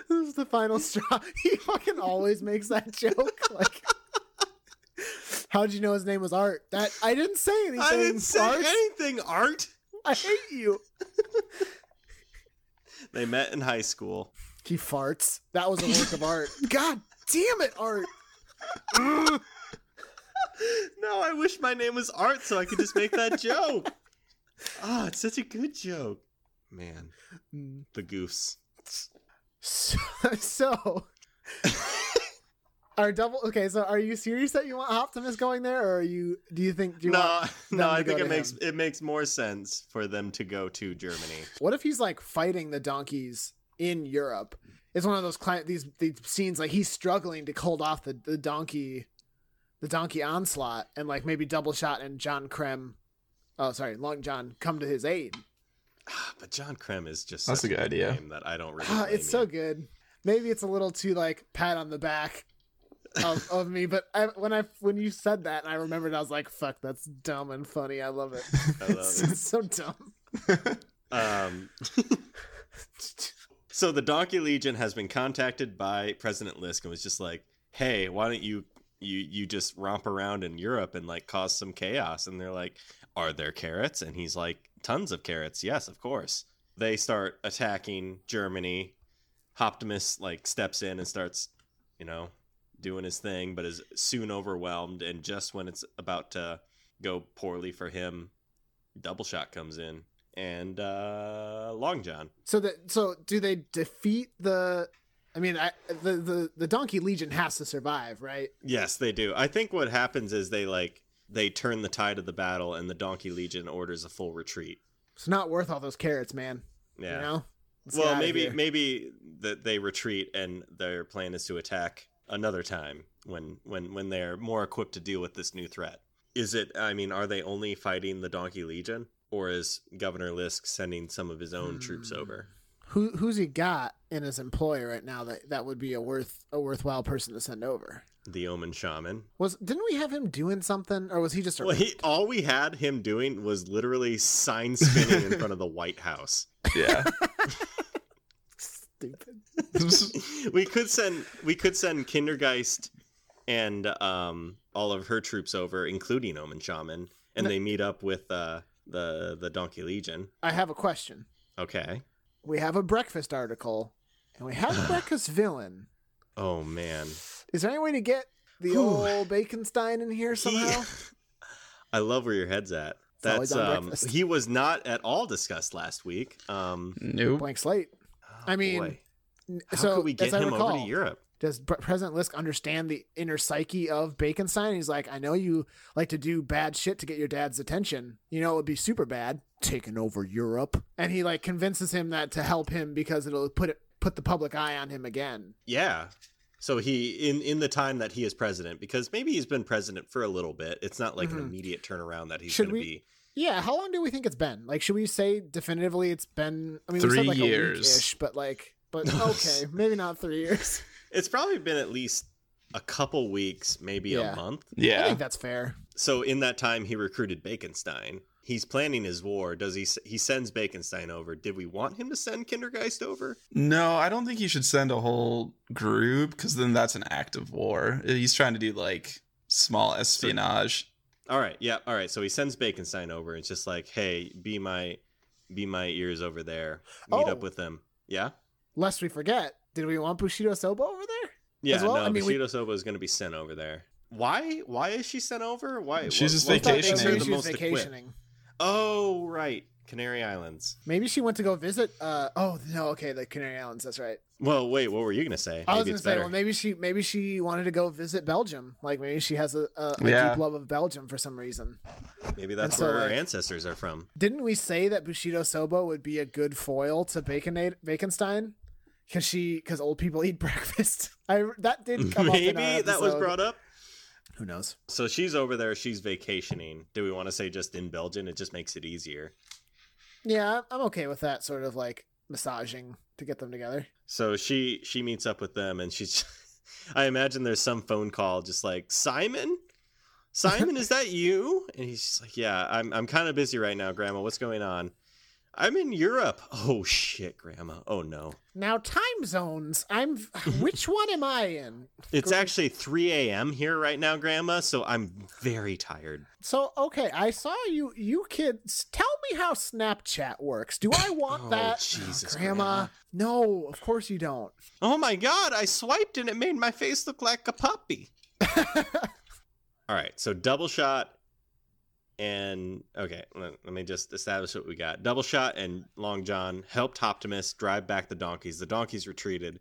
This is the final straw. He fucking always makes that joke. Like, how'd you know his name was Art? That I didn't say anything. I didn't say Art. anything, Art. I hate you. They met in high school. He farts. That was a work of art. God damn it, art. Ugh. No, I wish my name was Art so I could just make that joke. Ah, it's such a good joke. Man, Mm. the goofs. so, so are double okay? So are you serious that you want Optimus going there, or are you? Do you think? Do you No, want, no, them I to think go it to makes him? it makes more sense for them to go to Germany. What if he's like fighting the donkeys in Europe? It's one of those cli- these these scenes like he's struggling to hold off the, the donkey, the donkey onslaught, and like maybe double shot and John Krem, oh sorry, Long John come to his aid. Ah, But John Krem is just That's such a good good idea. name that I don't really. Ah, blame it's so you. good. Maybe it's a little too like pat on the back of, of me, but I, when I when you said that, and I remembered I was like, "Fuck, that's dumb and funny. I love it. I love it's, it. so dumb." Um, so the Donkey Legion has been contacted by President Lisk and was just like, "Hey, why don't you you you just romp around in Europe and like cause some chaos?" And they're like, "Are there carrots?" And he's like, "Tons of carrots. Yes, of course." They start attacking Germany. Optimus like steps in and starts, you know, doing his thing, but is soon overwhelmed. And just when it's about to go poorly for him, Double Shot comes in and uh, Long John. So that so do they defeat the? I mean, I, the the the Donkey Legion has to survive, right? Yes, they do. I think what happens is they like they turn the tide of the battle, and the Donkey Legion orders a full retreat. It's not worth all those carrots, man. Yeah. You know. Let's get well, outta maybe here. maybe that they retreat, and their plan is to attack another time when when when they're more equipped to deal with this new threat. Is it? I mean, are they only fighting the Donkey Legion, or is Governor Lisk sending some of his own troops Hmm. over? who who's he got in his employ right now that that would be a worth a worthwhile person to send over? The Omen Shaman. Was didn't we have him doing something, or was he just a Well, he, all we had him doing was literally sign spinning in front of the White House. Yeah. stupid? we could send we could send Kindergeist and um, all of her troops over, including Omen Shaman, and they meet up with uh, the the Donkey Legion. I have a question. Okay. We have a breakfast article, and we have a breakfast villain. Oh man, Is there any way to get the Whew. old Baconstein in here somehow? I love where your head's at. It's always That's on um, breakfast. he was not at all discussed last week. Um, nope. Blank slate. oh, I mean, boy. N- how so could we get as I him recall, over to Europe? does Pre- President Lisk understand the inner psyche of Baconstein? He's like, I know you like to do bad shit to get your dad's attention. You know, it would be super bad taking over Europe. And he like convinces him that to help him because it'll put it put the public eye on him again. Yeah. So he in in the time that he is president, because maybe he's been president for a little bit. It's not like an Mhm. immediate turnaround that he's Should going to we- be. Yeah, how long do we think it's been? Like, should we say definitively it's been? I mean, we Three said like years. a week-ish, but like, but okay, maybe not three years. It's probably been at least a couple weeks, maybe Yeah. a month. I Yeah. think that's fair. So in that time, he recruited Baconstein. He's planning his war. Does he? s- He sends Baconstein over. Did we want him to send Kindergeist over? No, I don't think you should send a whole group because then that's an act of war. He's trying to do like small espionage. All right. Yeah. All right. So he sends Baconstein over. It's just like, hey, be my, be my ears over there. Meet Oh. up with them. Yeah. Lest we forget, did we want Bushido Soba over there? Yeah. As well? No. I mean, we- Bushido Soba is going to be sent over there. Why? Why is she sent over? Why? She's just why- why- Thought they Vacationing. they're said the she was most equipped. vacationing. Oh right, Canary Islands. Maybe she went to go visit. Uh, oh no, okay, the Canary Islands. That's right. Well, wait. What were you going to say? I Maybe was gonna it's say, better. well, maybe she, maybe she wanted to go visit Belgium. Like maybe she has a, a, a Yeah. deep love of Belgium for some reason. Maybe that's And so, where our like- ancestors are from. Didn't we say that Bushido Soba would be a good foil to Baconate Baconstein? Because she, because old people eat breakfast. I that did come up. in our Maybe that was episode. brought up. Who knows? So she's over there. She's vacationing. Do we want to say just in Belgium? It just makes it easier. Yeah, I'm okay with that sort of like massaging to get them together. So she she meets up with them, and she's. I imagine there's some phone call, just like Simon. Simon, is that you? And he's just like, Yeah, I'm I'm kind of busy right now, Grandma. What's going on? I'm in Europe. Oh shit, Grandma. Oh no. Now time zones. I'm. Which one am I in? It's Great. actually 3 a.m. here right now, Grandma. So I'm very tired. So okay, I saw you. You kids, tell me how Snapchat works. Do I want Oh, that, Jesus, grandma? Grandma. No, of course you don't. Oh my god, I swiped and it made my face look like a puppy. All right, so double shot and okay, let, let me just establish what we got. Double shot and Long John helped Optimus drive back the donkeys. The donkeys retreated.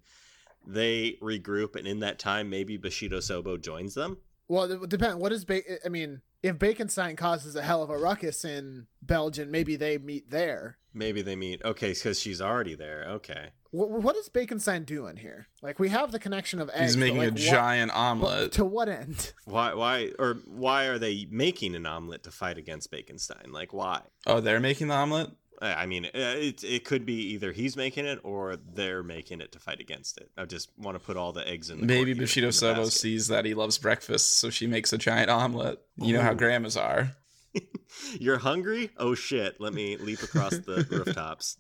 They regroup, and in that time, maybe Bushido Sobo joins them. Well, it depends. What is bacon? I mean, if Baconstein causes a hell of a ruckus in Belgium, maybe they meet there. Maybe they meet. Okay, because she's already there. Okay. What, what is Baconstein doing here? Like, we have the connection of eggs. He's but, making like, a what- giant but omelet. To what end? Why? Why? Or why are they making an omelet to fight against Baconstein? Like why? oh, they're making the omelet. Uh, I mean, uh, it it could be either he's making it or they're making it to fight against it. I just want to put all the eggs in. The Maybe court Bushido here, in the Sobo basket. sees that he loves breakfast, so she makes a giant omelet. You know how Ooh. grandmas are. You're hungry? Oh shit! Let me leap across the rooftops.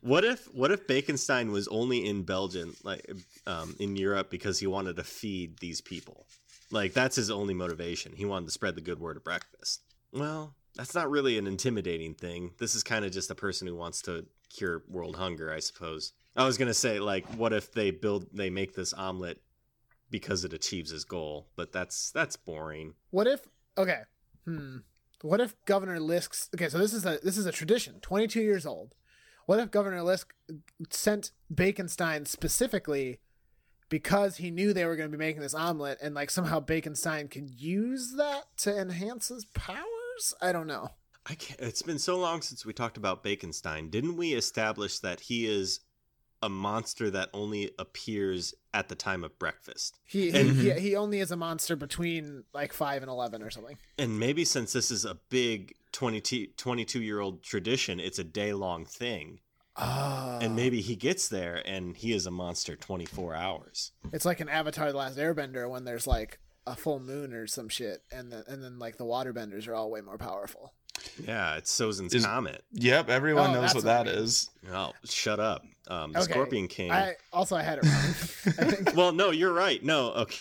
What if what if Baconstein was only in Belgium, like um, in Europe, because he wanted to feed these people? Like that's his only motivation. He wanted to spread the good word of breakfast. Well, that's not really an intimidating thing. This is kind of just a person who wants to cure world hunger, I suppose. I was gonna say like, what if they build they make this omelet because it achieves his goal? But that's that's boring. What if? Okay. Hmm. What if Governor Lisk's? Okay, so this is a this is a tradition. Twenty two years old. What if Governor Lisk sent Baconstein specifically because he knew they were going to be making this omelet, and like somehow Baconstein could use that to enhance his powers? I don't know. I can't, it's been so long since we talked about Baconstein. Didn't we establish that he is a monster that only appears at the time of breakfast? He he, And- he he only is a monster between like five and eleven or something. And maybe since this is a big 22 year old tradition, it's a day long thing. Oh. and maybe he gets there and he is a monster 24 hours. It's like an Avatar: The Last Airbender when there's like a full moon or some shit, and the, and then like the waterbenders are all way more powerful. Yeah, it's Sozin's Is- Comet. Yep, everyone Oh, knows that's what what that I mean. is. Oh, shut up. Um, the Okay. Scorpion King. I also I had it wrong. I think well, no, you're right. No, okay.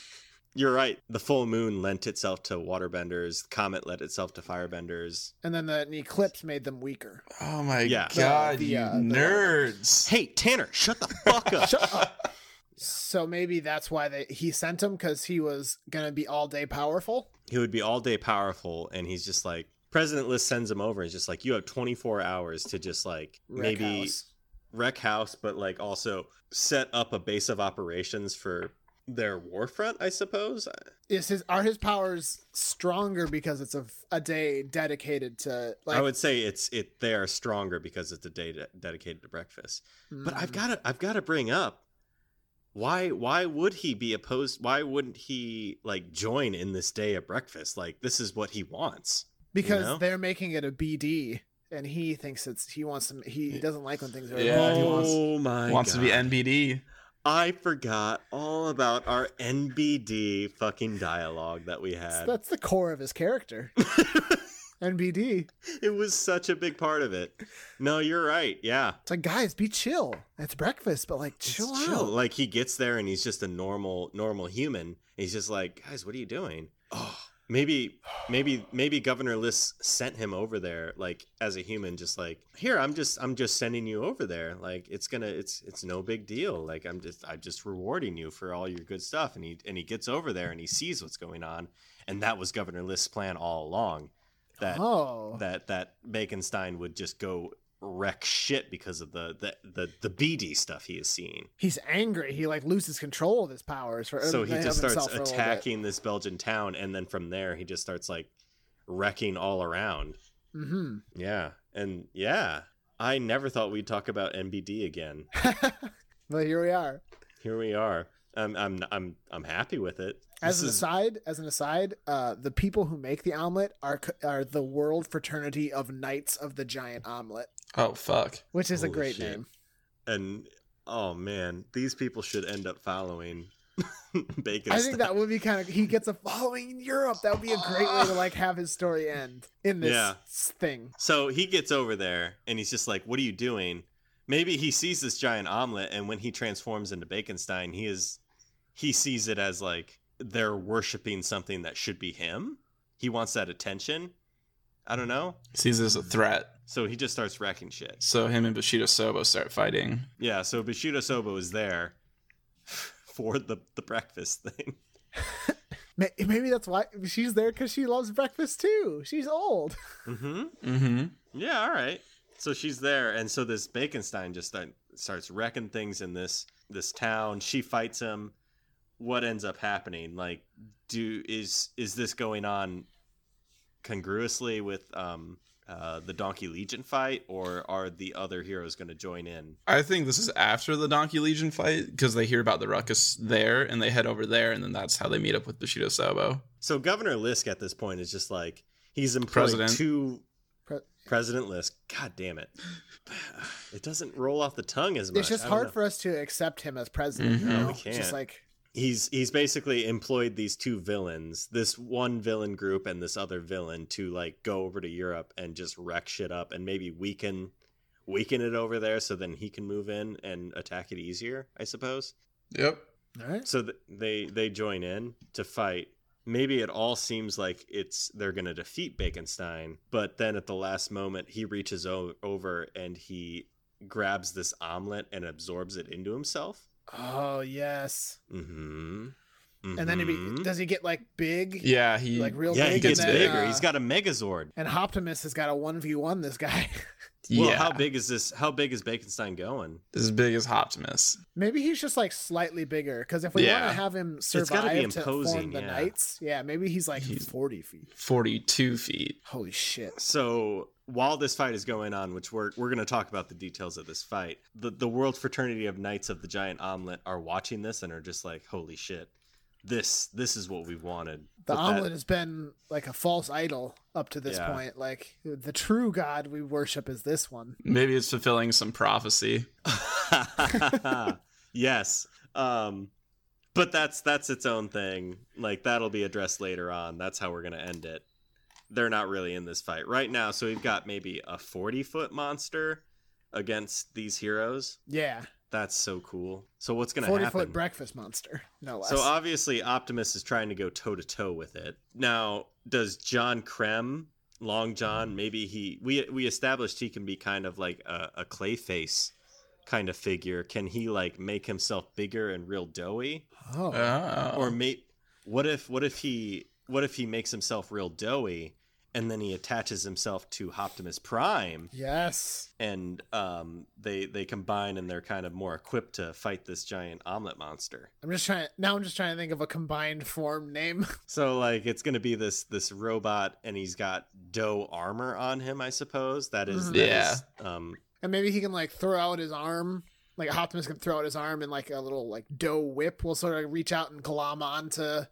You're right. The full moon lent itself to waterbenders. Comet lent itself to firebenders. and then the, the eclipse made them weaker. Oh my Yeah. god, The- the, you uh, the- nerds! Hey, Tanner, shut the fuck up. Shut up. So maybe that's why they he sent him because he was gonna be all day powerful. he would be all day powerful, and he's just like, President List sends him over and he's just like, you have 24 hours to just like Wreck maybe house. wreck house, but like also set up a base of operations for their war front, I suppose. is his are his powers stronger because it's a, a day dedicated to like I would say it's it they are stronger because it's a day de- dedicated to breakfast. But I've Mm. got to I've got to bring up why why would he be opposed? Why wouldn't he like join in this day of breakfast? Like this is what he wants. mm, because know? they're making it a BD and he thinks it's he wants to he doesn't like when things are Yeah, he wants- oh my Wants to be God. NBD. I forgot all about our NBD fucking dialogue that we That's- had. that's the core of his character. NBD. it was such a big part of it. No, you're right. Yeah. It's like guys, be chill. It's breakfast, but like It's chill, chill. out. Like he gets there and he's just a normal normal human. He's just like, "Guys, what are you doing?" Oh, maybe maybe maybe Governor List sent him over there like as a human just like, "Here, I'm just I'm just sending you over there. Like it's going to it's it's no big deal. Like I'm just I'm just rewarding you for all your good stuff." And he and he gets over there and he sees what's going on, and that was Governor List's plan all along. That oh. that that Baconstein would just go wreck shit because of the the the, the BD stuff he is seeing. he's angry. He like loses control of his powers for so of he just himself starts for a little bit. attacking this Belgian town, and then from there he just starts like wrecking all around. Mhm. Yeah, and yeah, I never thought we'd talk about NBD again. but here we are. Here we are. I'm I'm I'm I'm happy with it. This As an is- aside, as an aside, uh, the people who make the omelet are co- are the World Fraternity of Knights of the Giant Omelet, Oh fuck. which is a Holy great shit. name. and oh man, these people should end up following Bacon. I think that would be kind of he gets a following in Europe. That would be a great way to like have his story end in this Ah. Yeah. s- thing. So he gets over there and he's just like, "What are you doing?" Maybe he sees this giant omelet, and when he transforms into Baconstein, he is he sees it as like they're worshiping something that should be him. He wants that attention. I don't know. Sees it as a threat. So he just starts wrecking shit. So him and Bushido Sobo start fighting. Yeah, so Bushido Sobo is there for the, the breakfast thing. May- Maybe that's why she's there because she loves breakfast too. She's old. Mm-hmm. Mm-hmm. Yeah, all right. So she's there, and so this Baconstein just start, starts wrecking things in this this town. She fights him. What ends up happening? Like, do is is this going on congruously with um uh the Donkey Legion fight, or are the other heroes going to join in? I think this is after the Donkey Legion fight because they hear about the ruckus there and they head over there, and then that's how they meet up with Bushido Sobo. So Governor Lisk at this point is just like he's employed President. two. Pre- President Lisk, god damn it! It doesn't roll off the tongue as much. It's just I don't hard know. Mm-hmm. for us to accept him as president. Mhm. You No, know? we It's Just can't. like he's he's basically employed these two villains, this one villain group and this other villain to like go over to Europe and just wreck shit up and maybe weaken weaken it over there so then he can move in and attack it easier, I suppose. Yep. all right. So th- they they join in to fight. Maybe it all seems like it's they're going to defeat Baconstein, but then at the last moment he reaches o- over and he grabs this omelet and absorbs it into himself. Oh yes. Mhm. And then he Mhm. be, does he get like big? Yeah, he Like real yeah, big. he gets and then, bigger. uh, He's got a Megazord. And Optimus has got a one v one. This guy. yeah, Well, how big is this? How big is Baconstein going? as big as Optimus. Maybe he's just like slightly bigger because if we want Yeah. to have him gotta survive be to imposing, form the yeah. knights, yeah, maybe he's like He's- forty feet. Forty-two feet. Holy shit! So while this fight is going on, which we're we're going to talk about the details of this fight, the the World Fraternity of Knights of the Giant Omelet are watching this and are just like, "Holy shit, this this is what we wanted." The With that- omelet has been like a false idol up to this Yeah. point. Like the true god we worship is this one. Maybe it's fulfilling some prophecy. yes. Um, but that's that's its own thing. Like that'll be addressed later on. That's how we're gonna end it. They're not really in this fight right now. So we've got maybe a forty foot monster against these heroes. Yeah, That's so cool. So what's gonna forty happen? foot breakfast monster, no less. so uh, obviously Optimus is trying to go toe to toe with it. Now, does John Krem, Long John, maybe he we we established he can be kind of like a, a clay face kind of figure. Can he like make himself bigger and real doughy? oh, uh, Oh. Or may what if what if he what if he makes himself real doughy and then he attaches himself to Optimus Prime yes. and um, they they combine and they're kind of more equipped to fight this giant omelet monster. I'm just trying now. I'm just trying to think of a combined form name. So like it's gonna be this this robot and he's got dough armor on him, I suppose. That is Mhm. that Yeah. is, um And maybe he can like throw out his arm. Like Optimus can throw out his arm and like a little like dough whip will sort of reach out and glom onto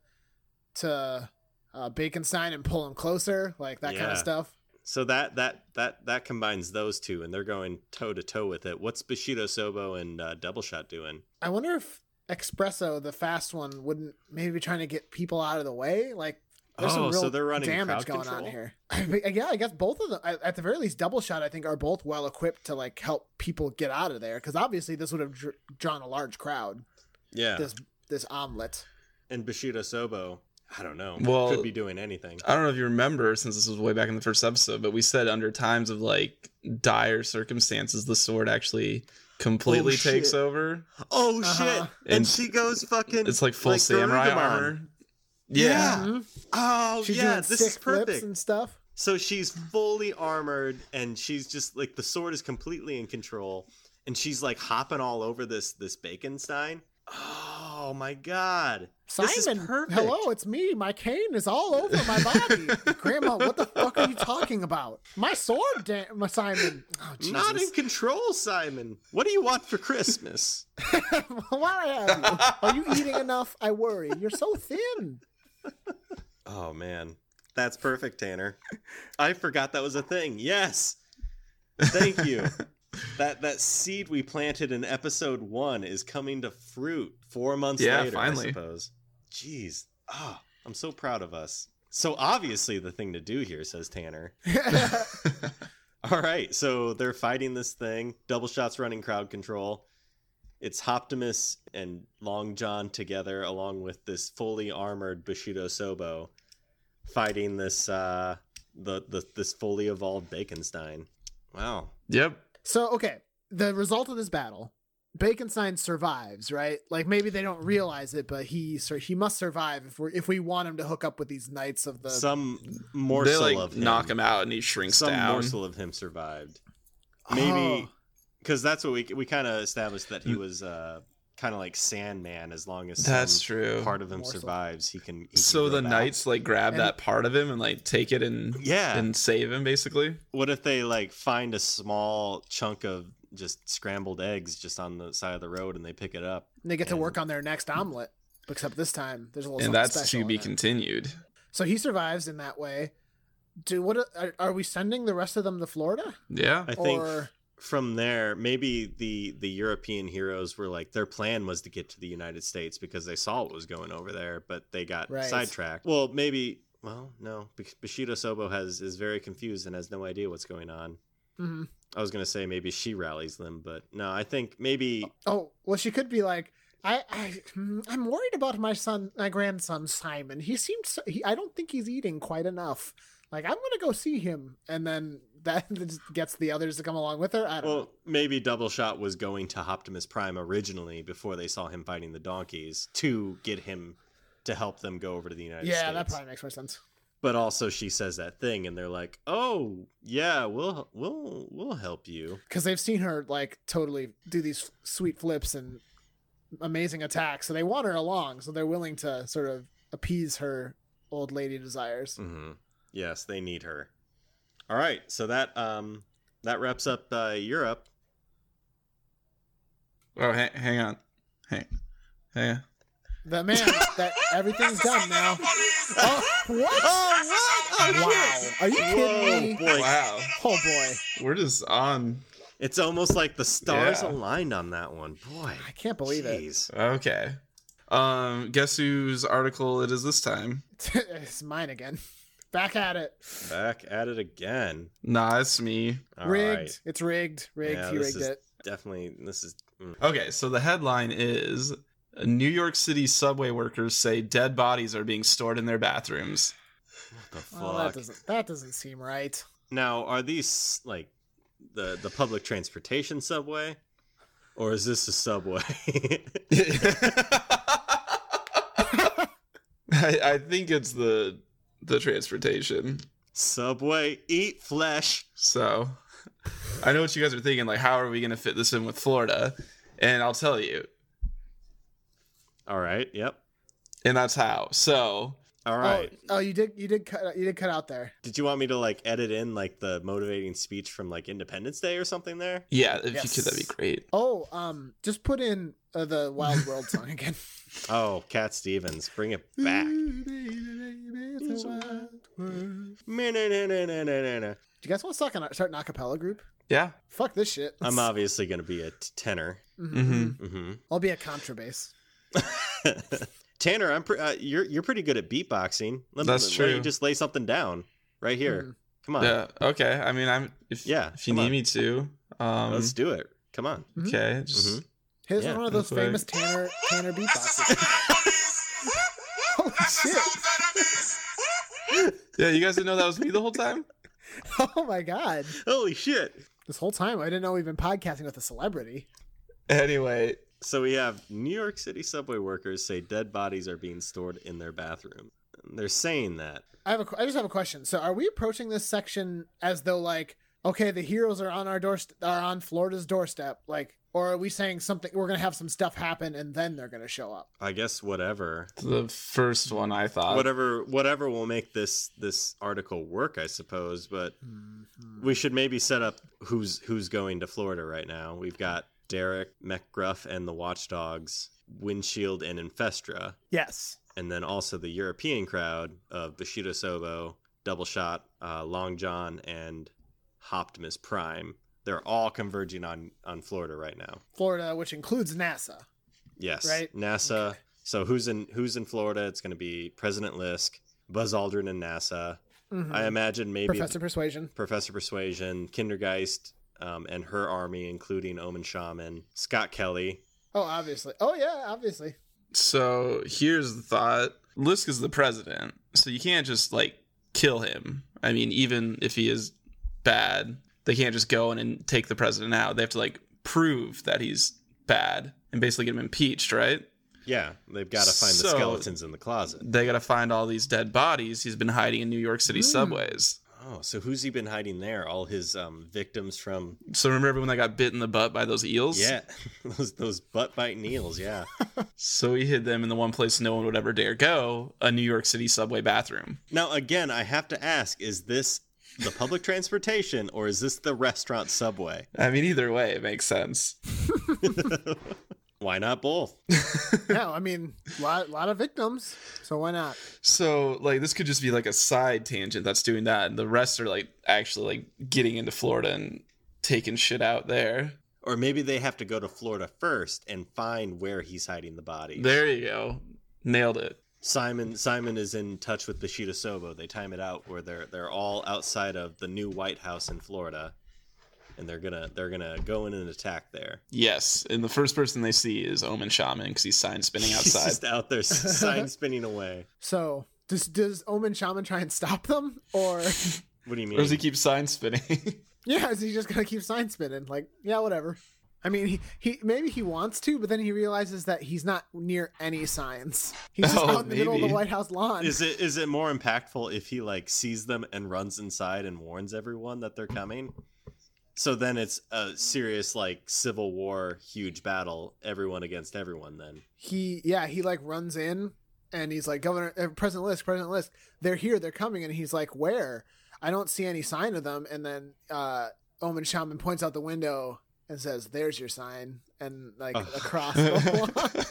to uh Baconstein and pull him closer, like that kind Yeah. of stuff. so that that that that combines those two and they're going toe to toe with it. What's Bushido Sobo and uh, Double Shot doing? I wonder if Espresso, the fast one, wouldn't maybe be trying to get people out of the way. Like there's some Oh, real so they're running crowd damage going control? on here. But, yeah, I guess both of them at at the very least double shot I think are both well equipped to like help people get out of there cuz obviously this would have dr- drawn a large crowd. Yeah. This this omelet. And Bushido Sobo, I don't know. Well- could be doing anything. I don't know if you remember since this was way back in the first episode, but we said under times of like dire circumstances, the sword actually completely Oh, shit. takes over. Oh Uh-huh. shit. And, And she goes fucking It's like full Like samurai Garurumon. armor. Yeah. Mhm. Oh She's yeah, doing this sick is perfect. flips and stuff. So she's fully armored and she's just like the sword is completely in control and she's like hopping all over this this Baconstein. Oh my god. Simon, This is perfect. hello, it's me. My cane is all over my body. Grandma, what the fuck are you talking about? My sword, da- my Simon. Oh, Jesus. Not in control, Simon. What do you want for Christmas? Why are you? Are you eating enough? I worry. You're so thin. oh man. That's perfect, Tanner. I forgot that was a thing. Yes. Thank you. that that seed we planted in episode 1 is coming to fruit 4 months Yeah, later, I finally. suppose. Jeez. Ah, I'm so proud of us. So obviously the thing to do here says Tanner All right, so they're fighting this thing. Double shots running crowd control. It's Optimus and Long John together, along with this fully armored Bushido Sobo, fighting this uh, the, the this fully evolved Baconstein. Wow. Yep. So okay, the result of this battle, Baconstein survives, right? Like maybe they don't realize it, but he so he must survive if we are if we want him to hook up with these knights of the. Some They morsel like of him, knock him out and he shrinks Some down. morsel of him survived. Maybe Oh. because that's what we we kind of established that Mm. he was uh, kind of like Sandman. As long as That's some true. Part of him Morsel. survives. He can. he can so grow the back. knights like grab And- that part of him and like take it and Yeah. and save him basically. what if they like find a small chunk of just scrambled eggs just on the side of the road and they pick it up? and they get to and- work on their next omelet, except this time there's a little. and something that's special to in be it. continued. So he survives in that way. Do what are, are we sending the rest of them to Florida? Yeah. I think Or- from there, maybe the the European heroes were like their plan was to get to the United States because they saw what was going over there, but they got Right. sidetracked. Well, maybe. Well, no, because Bushido Sobo has is very confused and has no idea what's going on. Mhm. I was gonna say maybe she rallies them, but no, I think maybe Oh, well, she could be like, I, I, mm, I'm worried about my son, my grandson Simon. He seems, so, he, I don't think he's eating quite enough. Like, I'm gonna go see him, and then that just gets the others to come along with her. I don't know. well maybe Double Shot was going to Optimus Prime originally before they saw him fighting the donkeys to get him to help them go over to the United Yeah, States. that probably makes more sense. But also she says that thing and they're like, "Oh, yeah, we'll we'll we'll help you." Because they've seen her like totally do these sweet flips and amazing attacks, so they want her along. So they're willing to sort of appease her old lady desires. Mm-hmm. Yes, they need her. All right, so that um that wraps up uh, Europe. Oh, hang, hang on. Hang. Hang on. The man that everything's done now. Oh, what? Oh, wow. Oh, Are you Whoa, kidding me? boy. wow. Oh boy. We're just on. It's almost like the stars Yeah. aligned on that one. Boy. I can't believe Jeez. Okay. Um, guess whose article it is this time? it. it's mine again. Back at it. Back at it again. Nah, it's me. All right. rigged. It's rigged. Rigged. Yeah, he this rigged is- it. Definitely, this is. mm. Okay, so the headline is New York City subway workers say dead bodies are being stored in their bathrooms. What the fuck? Well, Oh, that doesn't that doesn't seem right. now, are these like the the public transportation subway, or is this a subway? I, I think it's the the transportation. subway, eat flesh. So I know what you guys are thinking, like how are we gonna fit this in with Florida? And I'll tell you. All right. Yep. And that's how. So All right. Oh, oh, you did you did cut you did cut out there. Did you want me to like edit in like the motivating speech from like Independence Day or something there? yeah, if you Yes. could that'd be great. Oh, um, just put in uh, the Wild World song again. Oh, Cat Stevens, bring it back. Mm. It's a wild world. Na-na-na-na-na-na-na. Do you guys want to start an, start an acapella group? Yeah. Fuck this shit. I'm obviously going to be a t- tenor. Mhm. hmm I'll be a contrabass. Tanner, I'm pre- uh, you're you're pretty good at beatboxing. Let, That's let true. you just lay something down right here. Mhm. Come on, Yeah. Okay. I mean I'm if Yeah, if you come need on. me to. Um let's do it. Mm-hmm. Come on. do- Okay. Just Here's Yeah, one of those that's right. famous Tanner Tanner beatboxes. Holy shit! Yeah, you guys didn't know that was me the whole time? Oh my god! Holy shit! This whole time I didn't know we've been podcasting with a celebrity. Anyway, So we have New York City subway workers say dead bodies are being stored in their bathroom. They're saying that. I have a, I just have a question. So, are we approaching this section as though like, okay, the heroes are on our door, are on Florida's doorstep, like, or are we saying something? We're gonna have some stuff happen, and then they're gonna show up. I guess whatever, the first one I thought. whatever, whatever will make this this article work, I suppose. But Mm-hmm. we should maybe set up who's who's going to Florida right now. We've got Derek McGruff and the Watchdogs, Windshield and Infestra, Yes. and then also the European crowd of Bushido Sobo, Double Shot, uh, Long John, and Optimus Prime. They're all converging on on Florida right now. Florida, which includes NASA. Yes, Right? NASA. So who's in who's in Florida? It's going to be President Lisk, Buzz Aldrin, and NASA. Mhm. I imagine maybe Professor Persuasion. Professor Persuasion, Kindergeist, um, and her army, including Omen Shaman, Scott Kelly. Oh, obviously. Oh yeah, obviously. So here's the thought: Lisk is the president, so you can't just like kill him. I mean, even if he is bad, they can't just go in and take the president out. They have to like prove that he's bad and basically get him impeached, right? Yeah, they've got to find the So- skeletons in the closet. They got to find all these dead bodies he's been hiding in New York City subways. Oh, so who's he been hiding there? All his um, victims from So remember when they got bit in the butt by those eels? yeah, those those butt biting eels. Yeah, So he hid them in the one place no one would ever dare go, a New York City subway bathroom. Now, again, I have to ask is this the public transportation or is this the restaurant subway? I mean, either way, it makes sense. Why not both? no, I mean, lot lot of victims, so why not? So like this could just be like a side tangent that's doing that, and the rest are like actually like getting into Florida and taking shit out there. Or maybe they have to go to Florida first and find where he's hiding the body. There you go, nailed it. Simon Simon is in touch with Bushido Sobo. They time it out where they're they're all outside of the new White House in Florida, and they're gonna they're gonna go in and attack there. Yes, and the first person they see is Omen Shaman because he's sign spinning He's outside. just out there, s- sign spinning away. So does does Omen Shaman try and stop them, or What do you or does he mean? keep sign spinning? yeah, is he just gonna keep sign spinning? Like, yeah, whatever. I mean, he, he maybe he wants to, but then he realizes that he's not near any signs. He's just Oh, out in the middle of maybe. the White House lawn. Is it is it more impactful if he like sees them and runs inside and warns everyone that they're coming? So then it's a serious like civil war, huge battle, everyone against everyone. Then he yeah he like runs in and he's like governor uh, president list president list they're here they're coming and he's like where i don't see any sign of them and then uh omen shaman points out the window and says there's your sign and like Ugh. across the lawn.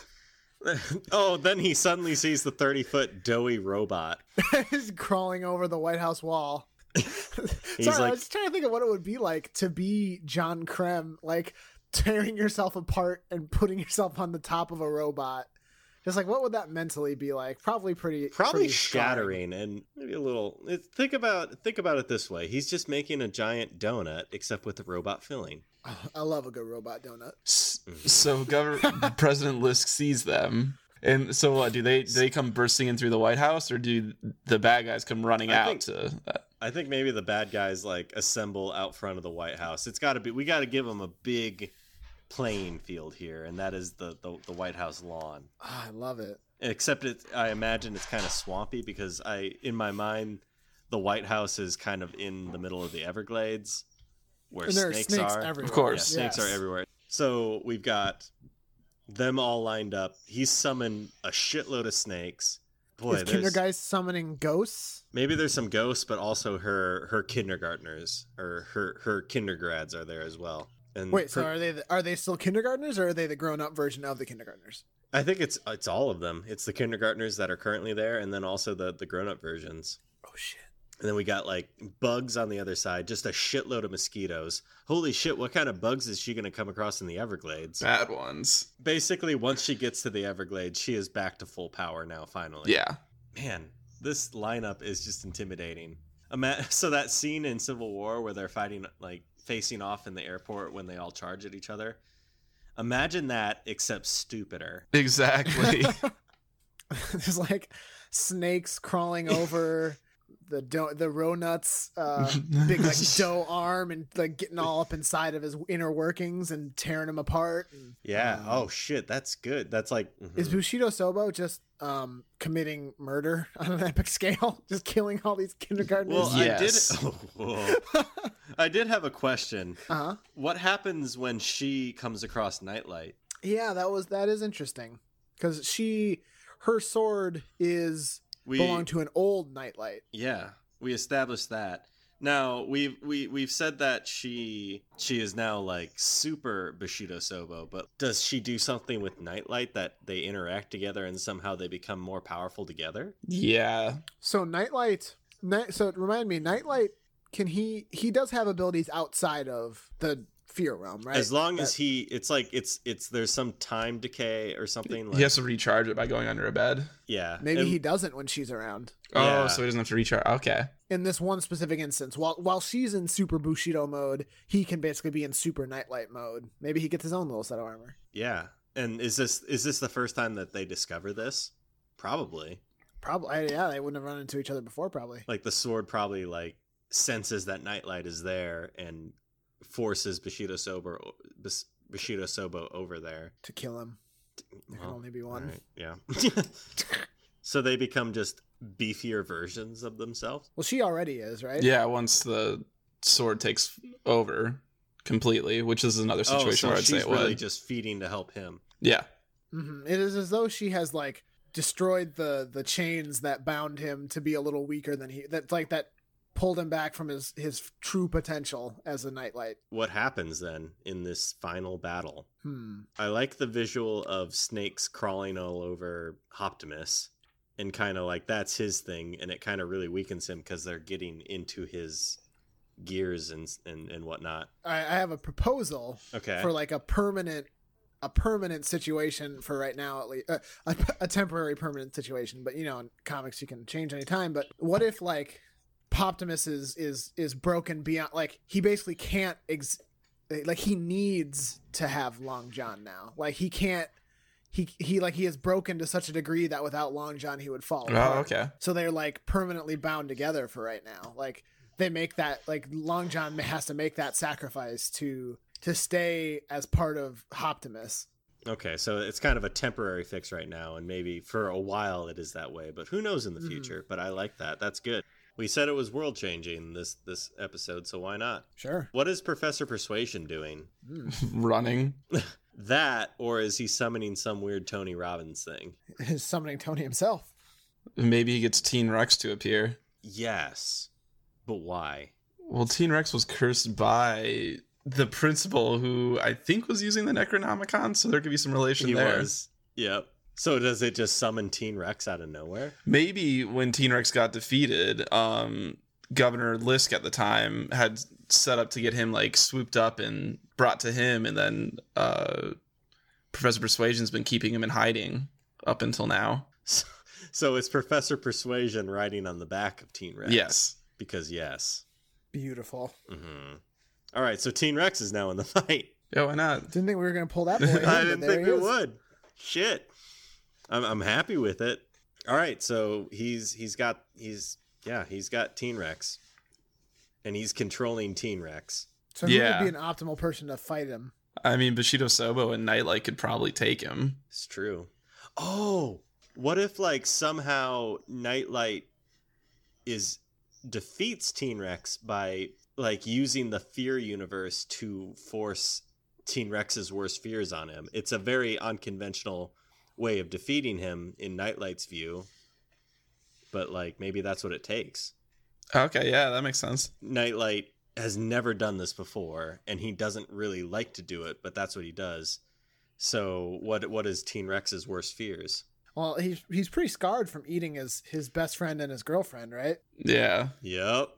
oh, then he suddenly sees the thirty foot doughy robot. is crawling over the White House wall. Sorry, I like- was trying to think of what it would be like to be John Krem, like tearing yourself apart and putting yourself on the top of a robot. Just like what would that mentally be like? Probably pretty, probably pretty scarring. shattering and maybe a little it- think about think about it this way he's just making a giant donut except with a robot filling I love a good robot donut. S- so government President Lisk sees them. And so, what do they? Do they come bursting in through the White House, or do the bad guys come running I out think- to? uh, i think maybe the bad guys like assemble out front of the white house it's got to be we got to give them a big playing field here and that is the the, the white house lawn Ah, I love it. except it i imagine it's kind of swampy because i in my mind the white house is kind of in the middle of the everglades where and there snakes, are snakes are everywhere. Of course. Yeah, snakes Yes. are everywhere. So we've got them all lined up. He's summoned a shitload of snakes. Boy, Is Kinder there's, Guys summoning ghosts? maybe there's some ghosts, but also her her kindergartners or her her kindergrads are there as well. And Wait, so Hmm. per- are they the, are they still kindergartners or are they the grown up version of the kindergartners? I think it's it's all of them. It's the kindergartners that are currently there, and then also the the grown up versions. Oh shit! And then we got like bugs on the other side, just a shitload of mosquitoes. Holy shit! What kind of bugs is she gonna come across in the Everglades? Bad ones. basically once she gets to the everglades she is back to full power now finally Yeah. man this lineup is just intimidating Ima- so that scene in civil war where they're fighting like facing off in the airport when they all charge at each other imagine that except stupider Exactly. There's like snakes crawling over the dough, the row nuts, uh, big like dough arm, and like getting all up inside of his inner workings and tearing him apart. And yeah Um, oh shit that's good that's like Is mhm. Bushido Sobo just um, committing murder on an epic scale, just killing all these kindergartners? well Yes. i did oh, whoa. i did have a question uh huh. what happens when she comes across nightlight Yeah, that was that is interesting because she her sword is we belong to an old nightlight. Yeah, we established that. Now we've we we've said that she she is now like super Bushido Sobo, but does she do something with Nightlight that they interact together and somehow they become more powerful together? yeah. So nightlight, night. So remind me, nightlight can he he does have abilities outside of the fear realm, right? As long as That- he, it's like it's it's there's some time decay or something. Like, He has to recharge it by going under a bed. yeah. maybe and- he doesn't when she's around. Yeah. Oh, so he doesn't have to recharge. Okay. In this one specific instance, while while she's in super Bushido mode, he can basically be in super nightlight mode. Maybe he gets his own little set of armor. yeah. And is this is this the first time that they discover this? Probably. Probably, yeah, they wouldn't have run into each other before. Probably, Like the sword probably like senses that Nightlight is there and forces Bushido Sober Bus- Bushido Sobo over there. to kill him. There can Well, only be one. Alright, yeah. so they become just beefier versions of themselves. Well, she already is, right? Yeah, once the sword takes over completely, which is another Oh, situation so where I'd say she's it really would. just feeding to help him. yeah, Mhm. It is as though she has like destroyed the the chains that bound him to be a little weaker than he that like that pulled him back from his his true potential as a nightlight. What happens then in this final battle? Hmm. I like the visual of snakes crawling all over Optimus and kind of like that's his thing and it kind of really weakens him because they're getting into his gears and and, and whatnot. I, I have a proposal Okay. for like a permanent a permanent situation for right now at least uh, a, a temporary permanent situation but you know in comics you can change any time but what if like Poptimus is is is broken beyond like he basically can't ex- like he needs to have Long John now like he can't he he like he is broken to such a degree that without Long John he would fall apart. Oh, okay. So they're like permanently bound together for right now. Like they make that like Long John has to make that sacrifice to to stay as part of Optimus. Okay, so it's kind of a temporary fix right now, and maybe for a while it is that way, but who knows in the Mhm. future? But I like that. That's good. We said it was world changing this this episode, so why not? Sure. What is Professor Persuasion doing? Hmm. Running. That, or is he summoning some weird Tony Robbins thing? Summoning Tony himself. Maybe he gets Teen Rex to appear. Yes, but why? Well, Teen Rex was cursed by the principal who I think was using the Necronomicon, so there could be some relation He there. was. Yep. So does it just summon Teen Rex out of nowhere? Maybe when Teen Rex got defeated, um, Governor Lisk at the time had set up to get him like swooped up and brought to him, and then uh, Professor Persuasion's been keeping him in hiding up until now. So, so it's Professor Persuasion riding on the back of Teen Rex. Yes. Because yes. Beautiful. Mhm. All right, so Teen Rex is now in the fight. Yeah, why not? Didn't think we were gonna pull that boy. in, I but didn't there think he it is. would. Shit, I'm I'm happy with it. All right, so he's he's got he's yeah he's got Teen Rex, and he's controlling Teen Rex. So who Yeah. would be an optimal person to fight him? I mean, Bushido Sobo and Nightlight could probably take him. It's true. Oh, what if like somehow Nightlight is defeats Teen Rex by like using the fear universe to force Teen Rex's worst fears on him. It's a very unconventional way of defeating him in Nightlight's view. But like maybe that's what it takes. Okay, yeah, that makes sense. Nightlight has never done this before, and he doesn't really like to do it, but that's what he does. So what what is Teen Rex's worst fears? Well, he's he's pretty scarred from eating his his best friend and his girlfriend, right? Yeah. Yep.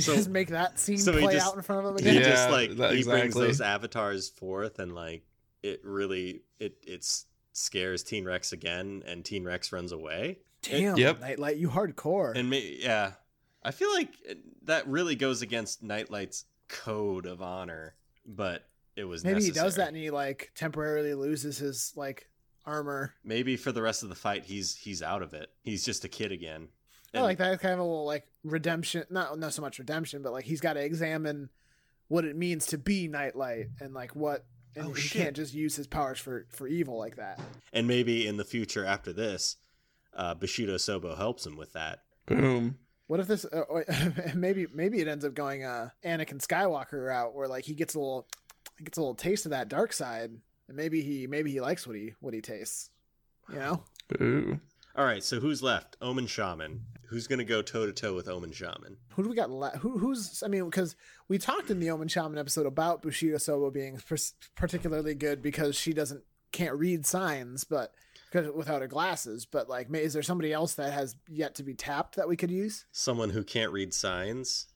So- just make that scene so he play just- out in front of him He again. Yeah. just like that- he brings exactly. those avatars forth and like it really it it's scares Teen Rex again and Teen Rex runs away. Damn, Yep. Nightlight, you hardcore. And may, yeah, I feel like uh, that really goes against Nightlight's code of honor, but it was Maybe he does necessary. that and he like temporarily loses his like armor. Maybe for the rest of the fight he's he's out of it. He's just a kid again. I like that kind of a little like redemption, not not so much redemption, but like he's got to examine what it means to be Nightlight and like what and Oh, he shit. can't just use his powers for for evil like that. And maybe in the future after this, uh, Bushido Sobo helps him with that. Boom. What if this uh, or- maybe maybe it ends up going uh Anakin Skywalker route where like he gets a little he gets a little taste of that dark side and maybe he maybe he likes what he what he tastes. You know? Ooh. All right, so who's left? Omen Shaman. Who's going to go toe to toe with Omen Shaman? Who do we got? La- who who's? I mean, because we talked in the Omen Shaman episode about Bushido Sobo being pers- particularly good because she doesn't can't read signs, but because without her glasses. But like, may, is there somebody else that has yet to be tapped that we could use, Someone who can't read signs?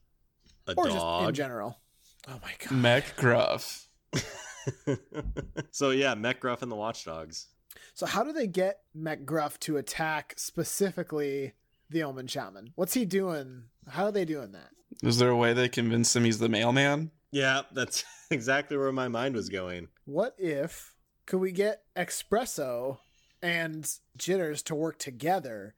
A or just in dog? general? Oh my god! Mech Gruff. so, yeah, Mech Gruff and the Watchdogs. So how do they get MacGruff to attack specifically the Omen Shaman? What's he doing? How are they doing that? Is there a way they convince him he's the mailman? Yeah, that's exactly where my mind was going. What if could we get Espresso and Jitters to work together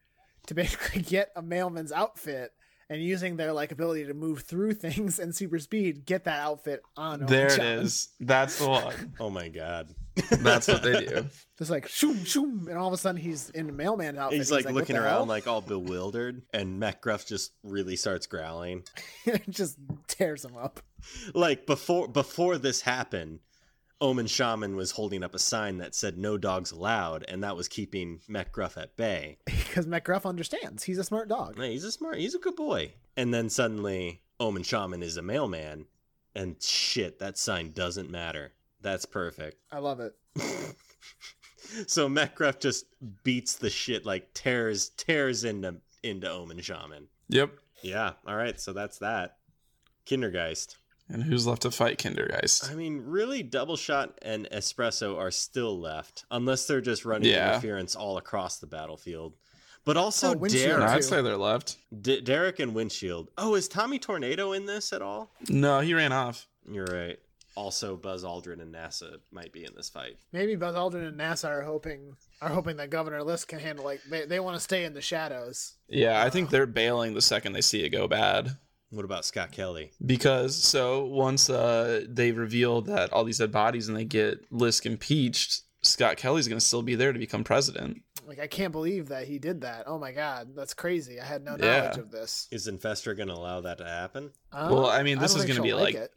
to basically get a mailman's outfit and using their like ability to move through things and super speed, get that outfit on. Owen there it John. is. That's the one. Oh my god. That's what they do. Just like shoom shoom, and all of a sudden Oh, he's in a mailman outfit. He's like, what looking the around hell? like all bewildered, and Macgruff just really starts growling. just tears him up. Like before before this happened, Omen Shaman was holding up a sign that said no dogs allowed, and that was keeping Macgruff at bay. Because McGruff understands. He's a smart dog. Hey, he's a smart he's a good boy. And then suddenly Omen Shaman is a mailman, and shit, that sign doesn't matter. That's perfect. I love it. So Macgruff just beats the shit, like tears tears into into Omen Shaman. Yep. Yeah, alright, so that's that. Kindergeist. And who's left to fight Kindergeist? I mean, really, Double Shot and Espresso are still left, unless they're just running Yeah. interference all across the battlefield. But also Oh, Windshield. No, Derek, I'd say they're left. D- Derek and Windshield. Oh, is Tommy Tornado in this at all? No, he ran off. You're right. Also, Buzz Aldrin and NASA might be in this fight. Maybe Buzz Aldrin and NASA are hoping are hoping that Governor List can handle like they, they want to stay in the shadows. Yeah, I think they're bailing the second they see it go bad. What about Scott Kelly? Because so once uh, they reveal that all these dead bodies and they get Lisk impeached, Scott Kelly's going to still be there to become president. Like I can't believe that he did that. Oh my god, that's crazy. I had no Yeah. knowledge of this. Is Infestor going to allow that to happen? Uh, Well, I mean, I this don't is think gonna be she'll like- it.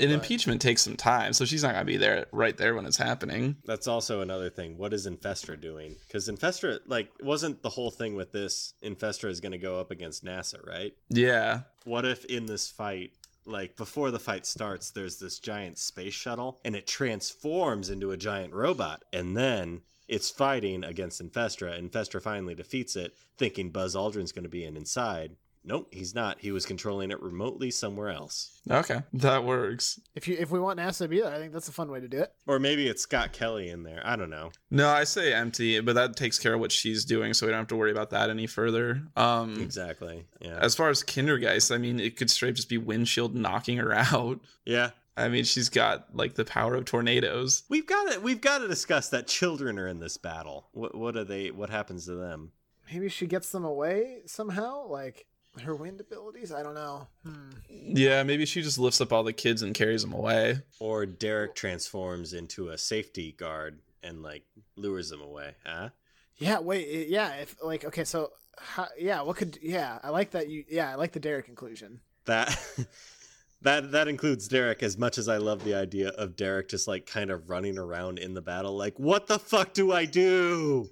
An Right. impeachment takes some time, so she's not going to be there right there when it's happening. That's also another thing. What is Infestor doing? Because Infestor, like, wasn't the whole thing with this Infestor is going to go up against NASA, right? Yeah. What if in this fight, like before the fight starts, there's this giant space shuttle and it transforms into a giant robot and then it's fighting against Infestra. Infestra finally defeats it, thinking Buzz Aldrin's going to be in inside. Nope, he's not. He was controlling it remotely somewhere else. Okay. That works. If you if we want NASA to be there, I think that's a fun way to do it. Or maybe it's Scott Kelly in there. I don't know. No, I say empty, but that takes care of what she's doing, so we don't have to worry about that any further. Um, Exactly. Yeah. as far as Kindergeist, I mean, it could straight just be windshield knocking her out. Yeah. I mean, she's got like the power of tornadoes. We've got to we've got to discuss that children are in this battle. What what are they what happens to them? Maybe she gets them away somehow, like her wind abilities. I don't know. Hmm. Yeah, maybe she just lifts up all the kids and carries them away. Or Derek transforms into a safety guard and like lures them away, huh? Yeah. Wait. it- Yeah. If like okay, so how, yeah, what could yeah? I like that you. Yeah, I like the Derek conclusion. That that that includes Derek as much as I love the idea of Derek just like kind of running around in the battle like what the fuck do I do?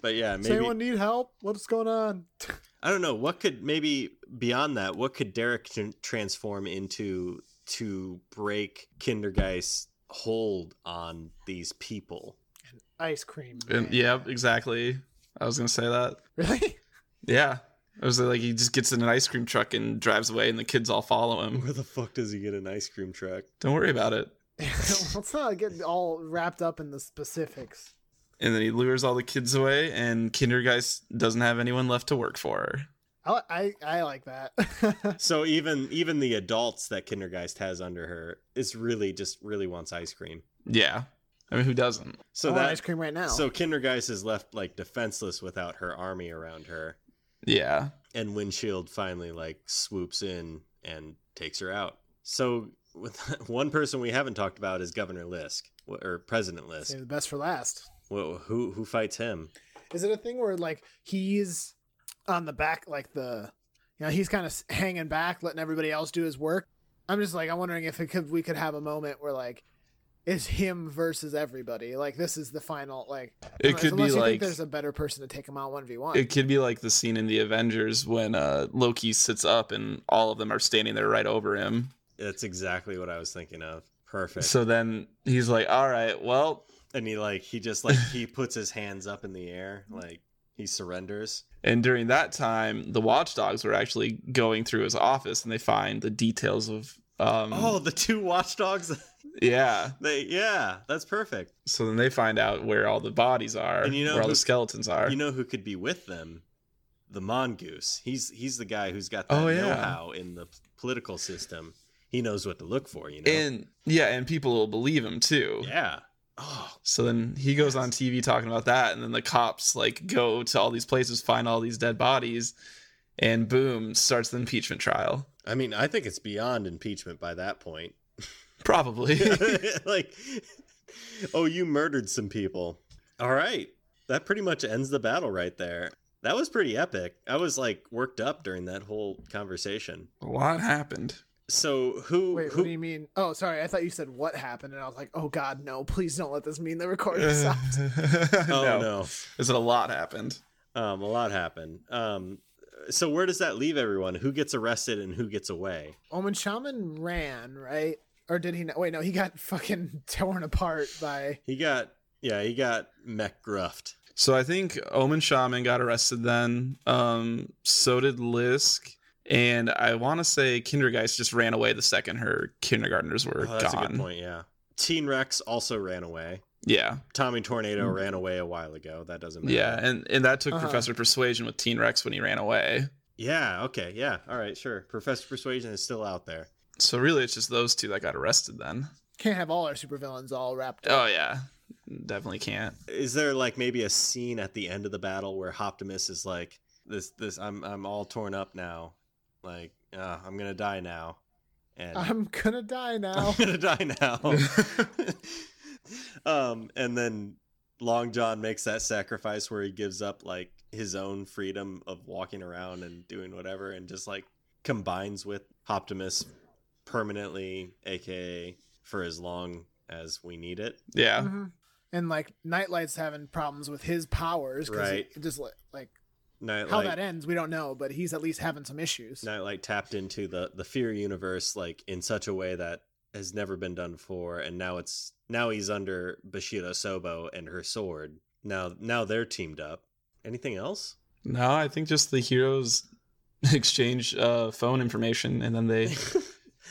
but yeah, Does maybe anyone need help? What's going on? I don't know, what could maybe beyond that, what could Derek tran- transform into to break Kindergeist's hold on these people? Ice cream. And, man. yeah, exactly. I was gonna say that. Really? Yeah, I was like, he just gets in an ice cream truck and drives away, and the kids all follow him. Where the fuck does he get an ice cream truck? Don't worry about it. Let's not get all wrapped up in the specifics. And then he lures all the kids away, and Kindergeist doesn't have anyone left to work for. her. I I, I like that. So even even the adults that Kindergeist has under her is really just really wants ice cream. Yeah, I mean, who doesn't? So I want that Oh, ice cream right now. so Kindergeist is left like defenseless without her army around her, Yeah, and Windshield finally like swoops in and takes her out. So with one person we haven't talked about is Governor Lisk wh- or President Lisk. Save the best for last. Wh- Who who fights him? Is it a thing where like he's on the back, like the, you know, he's kind of hanging back, letting everybody else do his work? I'm just like, I'm wondering if it could we could have a moment where like, it's him versus everybody. Like this is the final. Like it unless, could be unless you like think there's a better person to take him out one v one. it could be like the scene in the Avengers when uh, Loki sits up and all of them are standing there right over him. That's exactly what I was thinking of. Perfect. So then he's like, "All right, well," and he like he just like he puts his hands up in the air like he surrenders. And during that time, the watchdogs were actually going through his office and they find the details of um Oh, the two watchdogs. yeah. They yeah, that's perfect. So then they find out where all the bodies are, And you know where all who- the skeletons are. You know who could be with them? The mongoose. He's he's the guy who's got the Oh, yeah. know-how in the political system. He knows what to look for. You know. and yeah, and people will believe him too. yeah. Oh, So then he goes on TV talking about that and then the cops like go to all these places, find all these dead bodies and boom starts the impeachment trial. I mean, I think it's beyond impeachment by that point. Probably. like, oh, you murdered some people. All right. That pretty much ends the battle right there. That was pretty epic. I was like worked up during that whole conversation. a lot happened. So who Wait, who what do you mean? Oh, sorry. I thought you said what happened, and I was like, oh god, no! Please don't let this mean the recording stopped. Oh no. no. Is it a lot happened? Um a lot happened. Um so where does that leave everyone? Who gets arrested and who gets away? Omen Shaman ran, right? Or did he not? Wait, no, he got fucking torn apart by. He got yeah, he got mech gruffed. So I think Omen Shaman got arrested then. Um, so did Lisk. And I want to say Kindergeist just ran away the second her kindergartners were Oh, that's gone. a good point, yeah. Teen Rex also ran away. Yeah, Tommy Tornado ran away a while ago. That doesn't matter. Mm. yeah, and and that took Uh-huh. Professor Persuasion with Teen Rex when he ran away. Yeah, okay, yeah. All right, sure. Professor Persuasion is still out there. So really, it's just those two that got arrested then. Can't have all our supervillains all wrapped up. Oh yeah, definitely can't. Is there like maybe a scene at the end of the battle where Optimus is like, This this I'm I'm all torn up now. Like, uh, I'm gonna die now. And I'm gonna die now. I'm gonna die now. um, and then Long John makes that sacrifice where he gives up like his own freedom of walking around and doing whatever, and just like combines with Optimus permanently, aka for as long as we need it. Yeah, Mhm. And like Nightlight's having problems with his powers because Right. just like, like how Nightlight, that ends, we don't know, but he's at least having some issues. Nightlight tapped into the the Fear universe like in such a way that has never been done before, and now it's now he's under Bushido Sobo and her sword. Now now they're teamed up. Anything else? no, I think just the heroes exchange uh, phone information and then they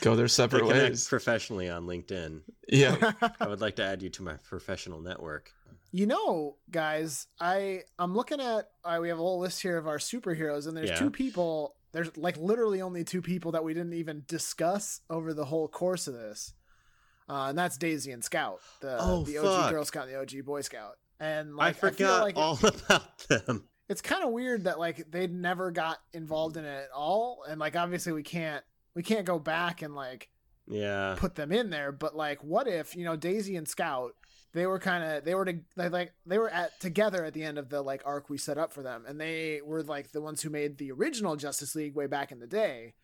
go their They separate connect ways. professionally on LinkedIn. yeah, I would like to add you to my professional network. You know, guys, I I'm looking at I, we have a whole list here of our superheroes, and there's Yeah. two people. There's like literally only two people that we didn't even discuss over the whole course of this, uh, and that's Daisy and Scout, the Oh, the fuck. OG Girl Scout, and the OG Boy Scout. And like, I feel forgot like it- all about them. it's kind of weird that like they never got involved in it at all, and like obviously we can't we can't go back and like Yeah. put them in there but like what if you know daisy and scout they were kind of they were to, like, like they were at together at the end of the like arc we set up for them and they were like the ones who made the original justice league way back in the day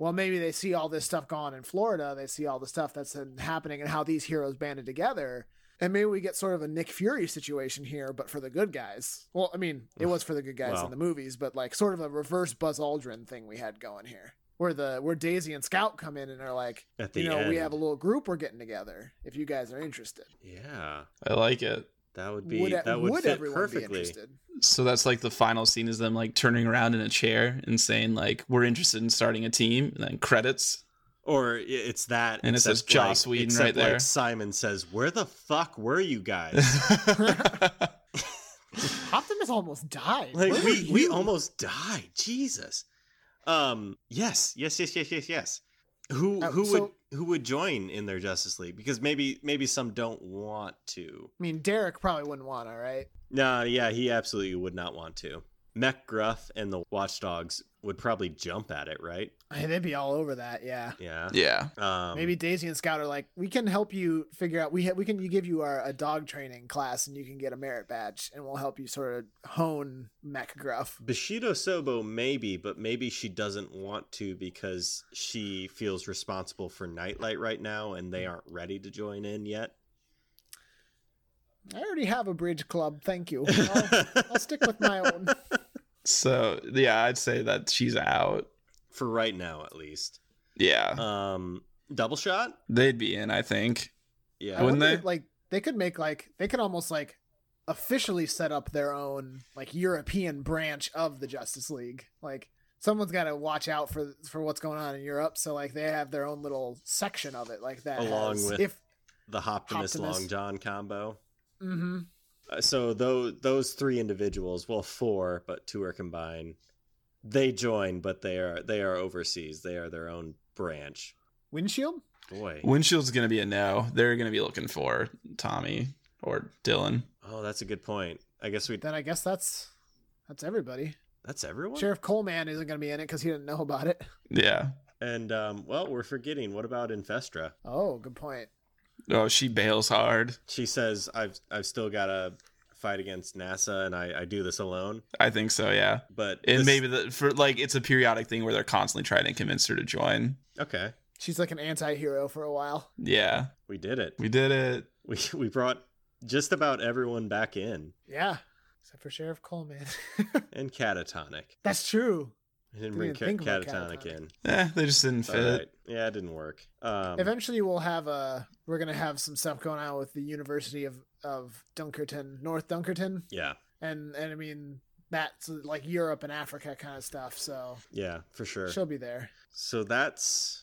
well maybe they see all this stuff going on in florida they see all the stuff that's uh, happening and how these heroes banded together and maybe we get sort of a nick fury situation here but for the good guys well i mean it was for the good guys Wow. in the movies but like sort of a reverse buzz aldrin thing we had going here where the where daisy and scout come in and are like At the you know, end. we have a little group we're getting together. If you guys are interested, yeah. I like it. That would be would, that would, fit everyone be perfectly. interested? So that's like the final scene is them like turning around in a chair and saying like we're interested in starting a team and then credits. Or i- it's that And it says except Joss like- Whedon except right there. Like Simon says, "Where the fuck were you guys? Optimus almost died. like Where we were we you? almost died. Jesus." Um. Yes. Yes. Yes. Yes. Yes. Yes. Who Uh, who so- would who would join in their Justice League? Because maybe maybe some don't want to. I mean, Derek probably wouldn't want to, right? No, yeah, he absolutely would not want to. Mech Gruff and the Watchdogs would probably jump at it, right? Hey, they'd be all over that. Yeah. Yeah. yeah. Um, Maybe Daisy and Scout are like, we can help you figure out. We ha- we can give you our a dog training class, and you can get a merit badge, and we'll help you sort of hone Mech Gruff. Bushido Sobo, maybe, but maybe she doesn't want to because she feels responsible for Nightlight right now and Mm. they aren't ready to join in yet. I already have a bridge club. Thank you. I'll, I'll stick with my own. So yeah, I'd say that she's out. for right now, at least. Yeah, Um, double shot? they'd be in. I think. Yeah. I Wouldn't wonder they? if, Like they could make like they could almost like officially set up their own like European branch of the Justice League. Like someone's got to watch out for for what's going on in Europe, so like they have their own little section of it like that. Along has- with- if the Optimus Optimus. Long John combo. hmm Uh, so those those three individuals, well, four, but two are combined. They join, but they are they are overseas. They are their own branch. windshield. Boy, Windshield's gonna be a no. They're gonna be looking for Tommy or Dylan. oh, that's a good point. I guess we Then I guess that's that's everybody. That's everyone. Sheriff Coleman isn't going to be in it because he didn't know about it. Yeah. And um, well, we're forgetting. What about Infestra? Oh, good point. Oh, she bails hard. She says, "I've I've still got to fight against NASA, and I, I do this alone." I think so. Yeah. But And this- maybe the, for like it's a periodic thing where they're constantly trying to convince her to join. okay, She's like an anti-hero for a while. Yeah, we did it. we did it. We we brought just about everyone back in, Yeah, except for Sheriff Coleman. and catatonic. That's true. I didn't Didn't bring even ca- think about catatonic Catatonic. in. Eh, they just didn't fit. All right. Yeah, it didn't work. Um, Eventually, we'll have a. We're gonna have some stuff going on with the University of of Dunkerton, North Dunkerton, yeah, and and I mean that's like Europe and Africa kind of stuff. So yeah, for sure. she'll be there. So that's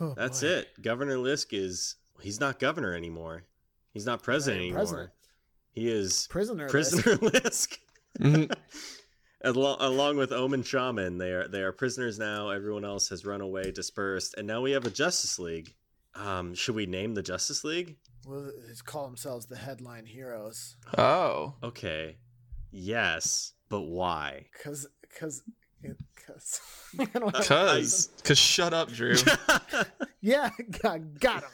Oh, that's boy. it. Governor Lisk is he's not governor anymore. He's not president I am anymore. president. He is Prisoner. Prisoner. prisoner Lisk. Mhm. Along, along with Omen Shaman, they are they are prisoners now. Everyone else has run away, dispersed, and now we have a Justice League. Um, should we name the Justice League? Well, they call themselves the headline heroes Oh, Okay, yes, but why? because because because cause, cause shut up, Drew. yeah, got, got him.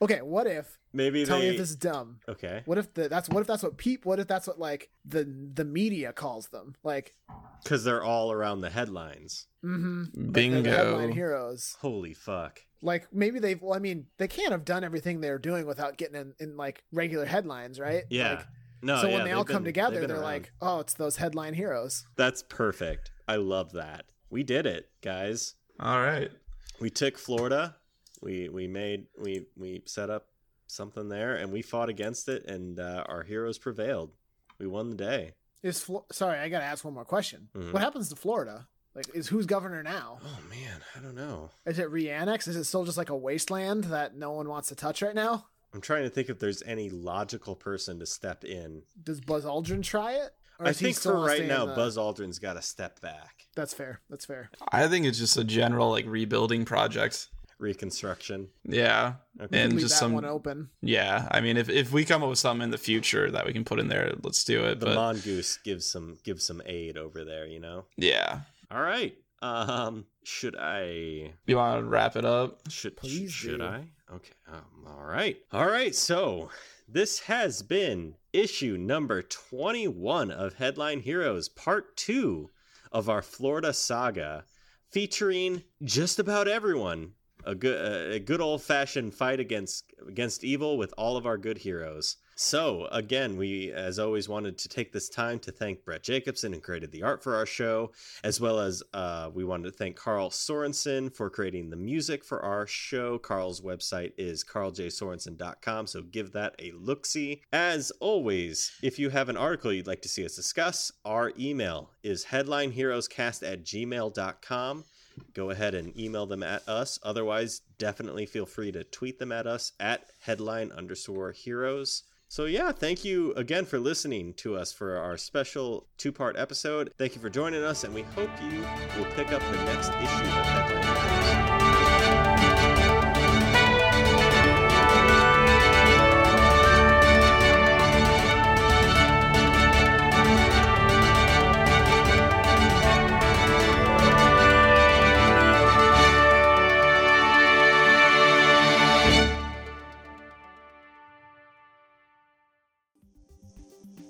Okay, what if? Maybe Tell they. me if this is dumb. Okay, What if the, that's what if that's what peep? What if that's what like the the media calls them? Like, because they're all around the headlines. mm-hmm. the headline Bingo. heroes. Holy fuck! Like maybe they've. Well, I mean, they can't have done everything they're doing without getting in, in like regular headlines, right? Yeah. Like, no. so yeah, when they they've all been- come together, they've they're been around. like, oh, it's those headline heroes. "That's perfect. I love that. We did it, guys. All right. we took Florida. We we made we we set up something there, and we fought against it, and uh, our heroes prevailed. We won the day. Is Flo- sorry, I gotta ask one more question. Mhm. What happens to Florida? Like, is who's governor now? Oh man, I don't know. Is it re-annexed? Is it still just like a wasteland that no one wants to touch right now? I'm trying to think if there's any logical person to step in. Does Buzz Aldrin try it? Or I is he think still for gonna stay right in now, the- Buzz Aldrin's got to step back. That's fair. That's fair. I think it's just a general like rebuilding project. Reconstruction. Yeah, Okay. and Leave just that some. one open. Yeah, I mean, if if we come up with something in the future that we can put in there, let's do it. the but mongoose gives some gives some aid over there, you know. yeah, All right. Um, should I you want to wrap it up? Should Please should do. I? Okay. Um, all right. All right. So this has been issue number twenty-one of Headline Heroes, part two of our Florida saga, featuring just about everyone. A good, a good old-fashioned fight against against evil with all of our good heroes. So again, we, as always, wanted to take this time to thank Brett Jacobson, who created the art for our show, as well as uh, we wanted to thank Carl Sorensen for creating the music for our show. Carl's website is carljsorensen.com, so give that a look see. As always, if you have an article you'd like to see us discuss, our email is headlineheroescast at gmail.com. Go ahead and email them at us. Otherwise, definitely feel free to tweet them at us at headline underscore heroes. So, yeah, thank you again for listening to us for our special two part episode. Thank you for joining us, and we hope you will pick up the next issue of Headline News.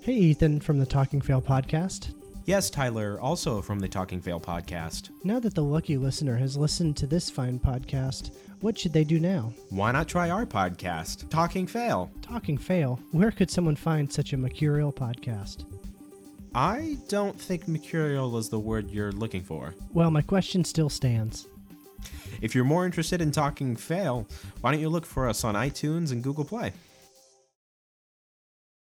Hey, Ethan from the Talking Fail podcast. Yes, Tyler, also from the Talking Fail podcast. Now that the lucky listener has listened to this fine podcast, what should they do now? Why not try our podcast, Talking Fail? Talking Fail, where could someone find such a mercurial podcast? I don't think mercurial is the word you're looking for. Well, my question still stands. If you're more interested in Talking Fail, why don't you look for us on iTunes and Google Play?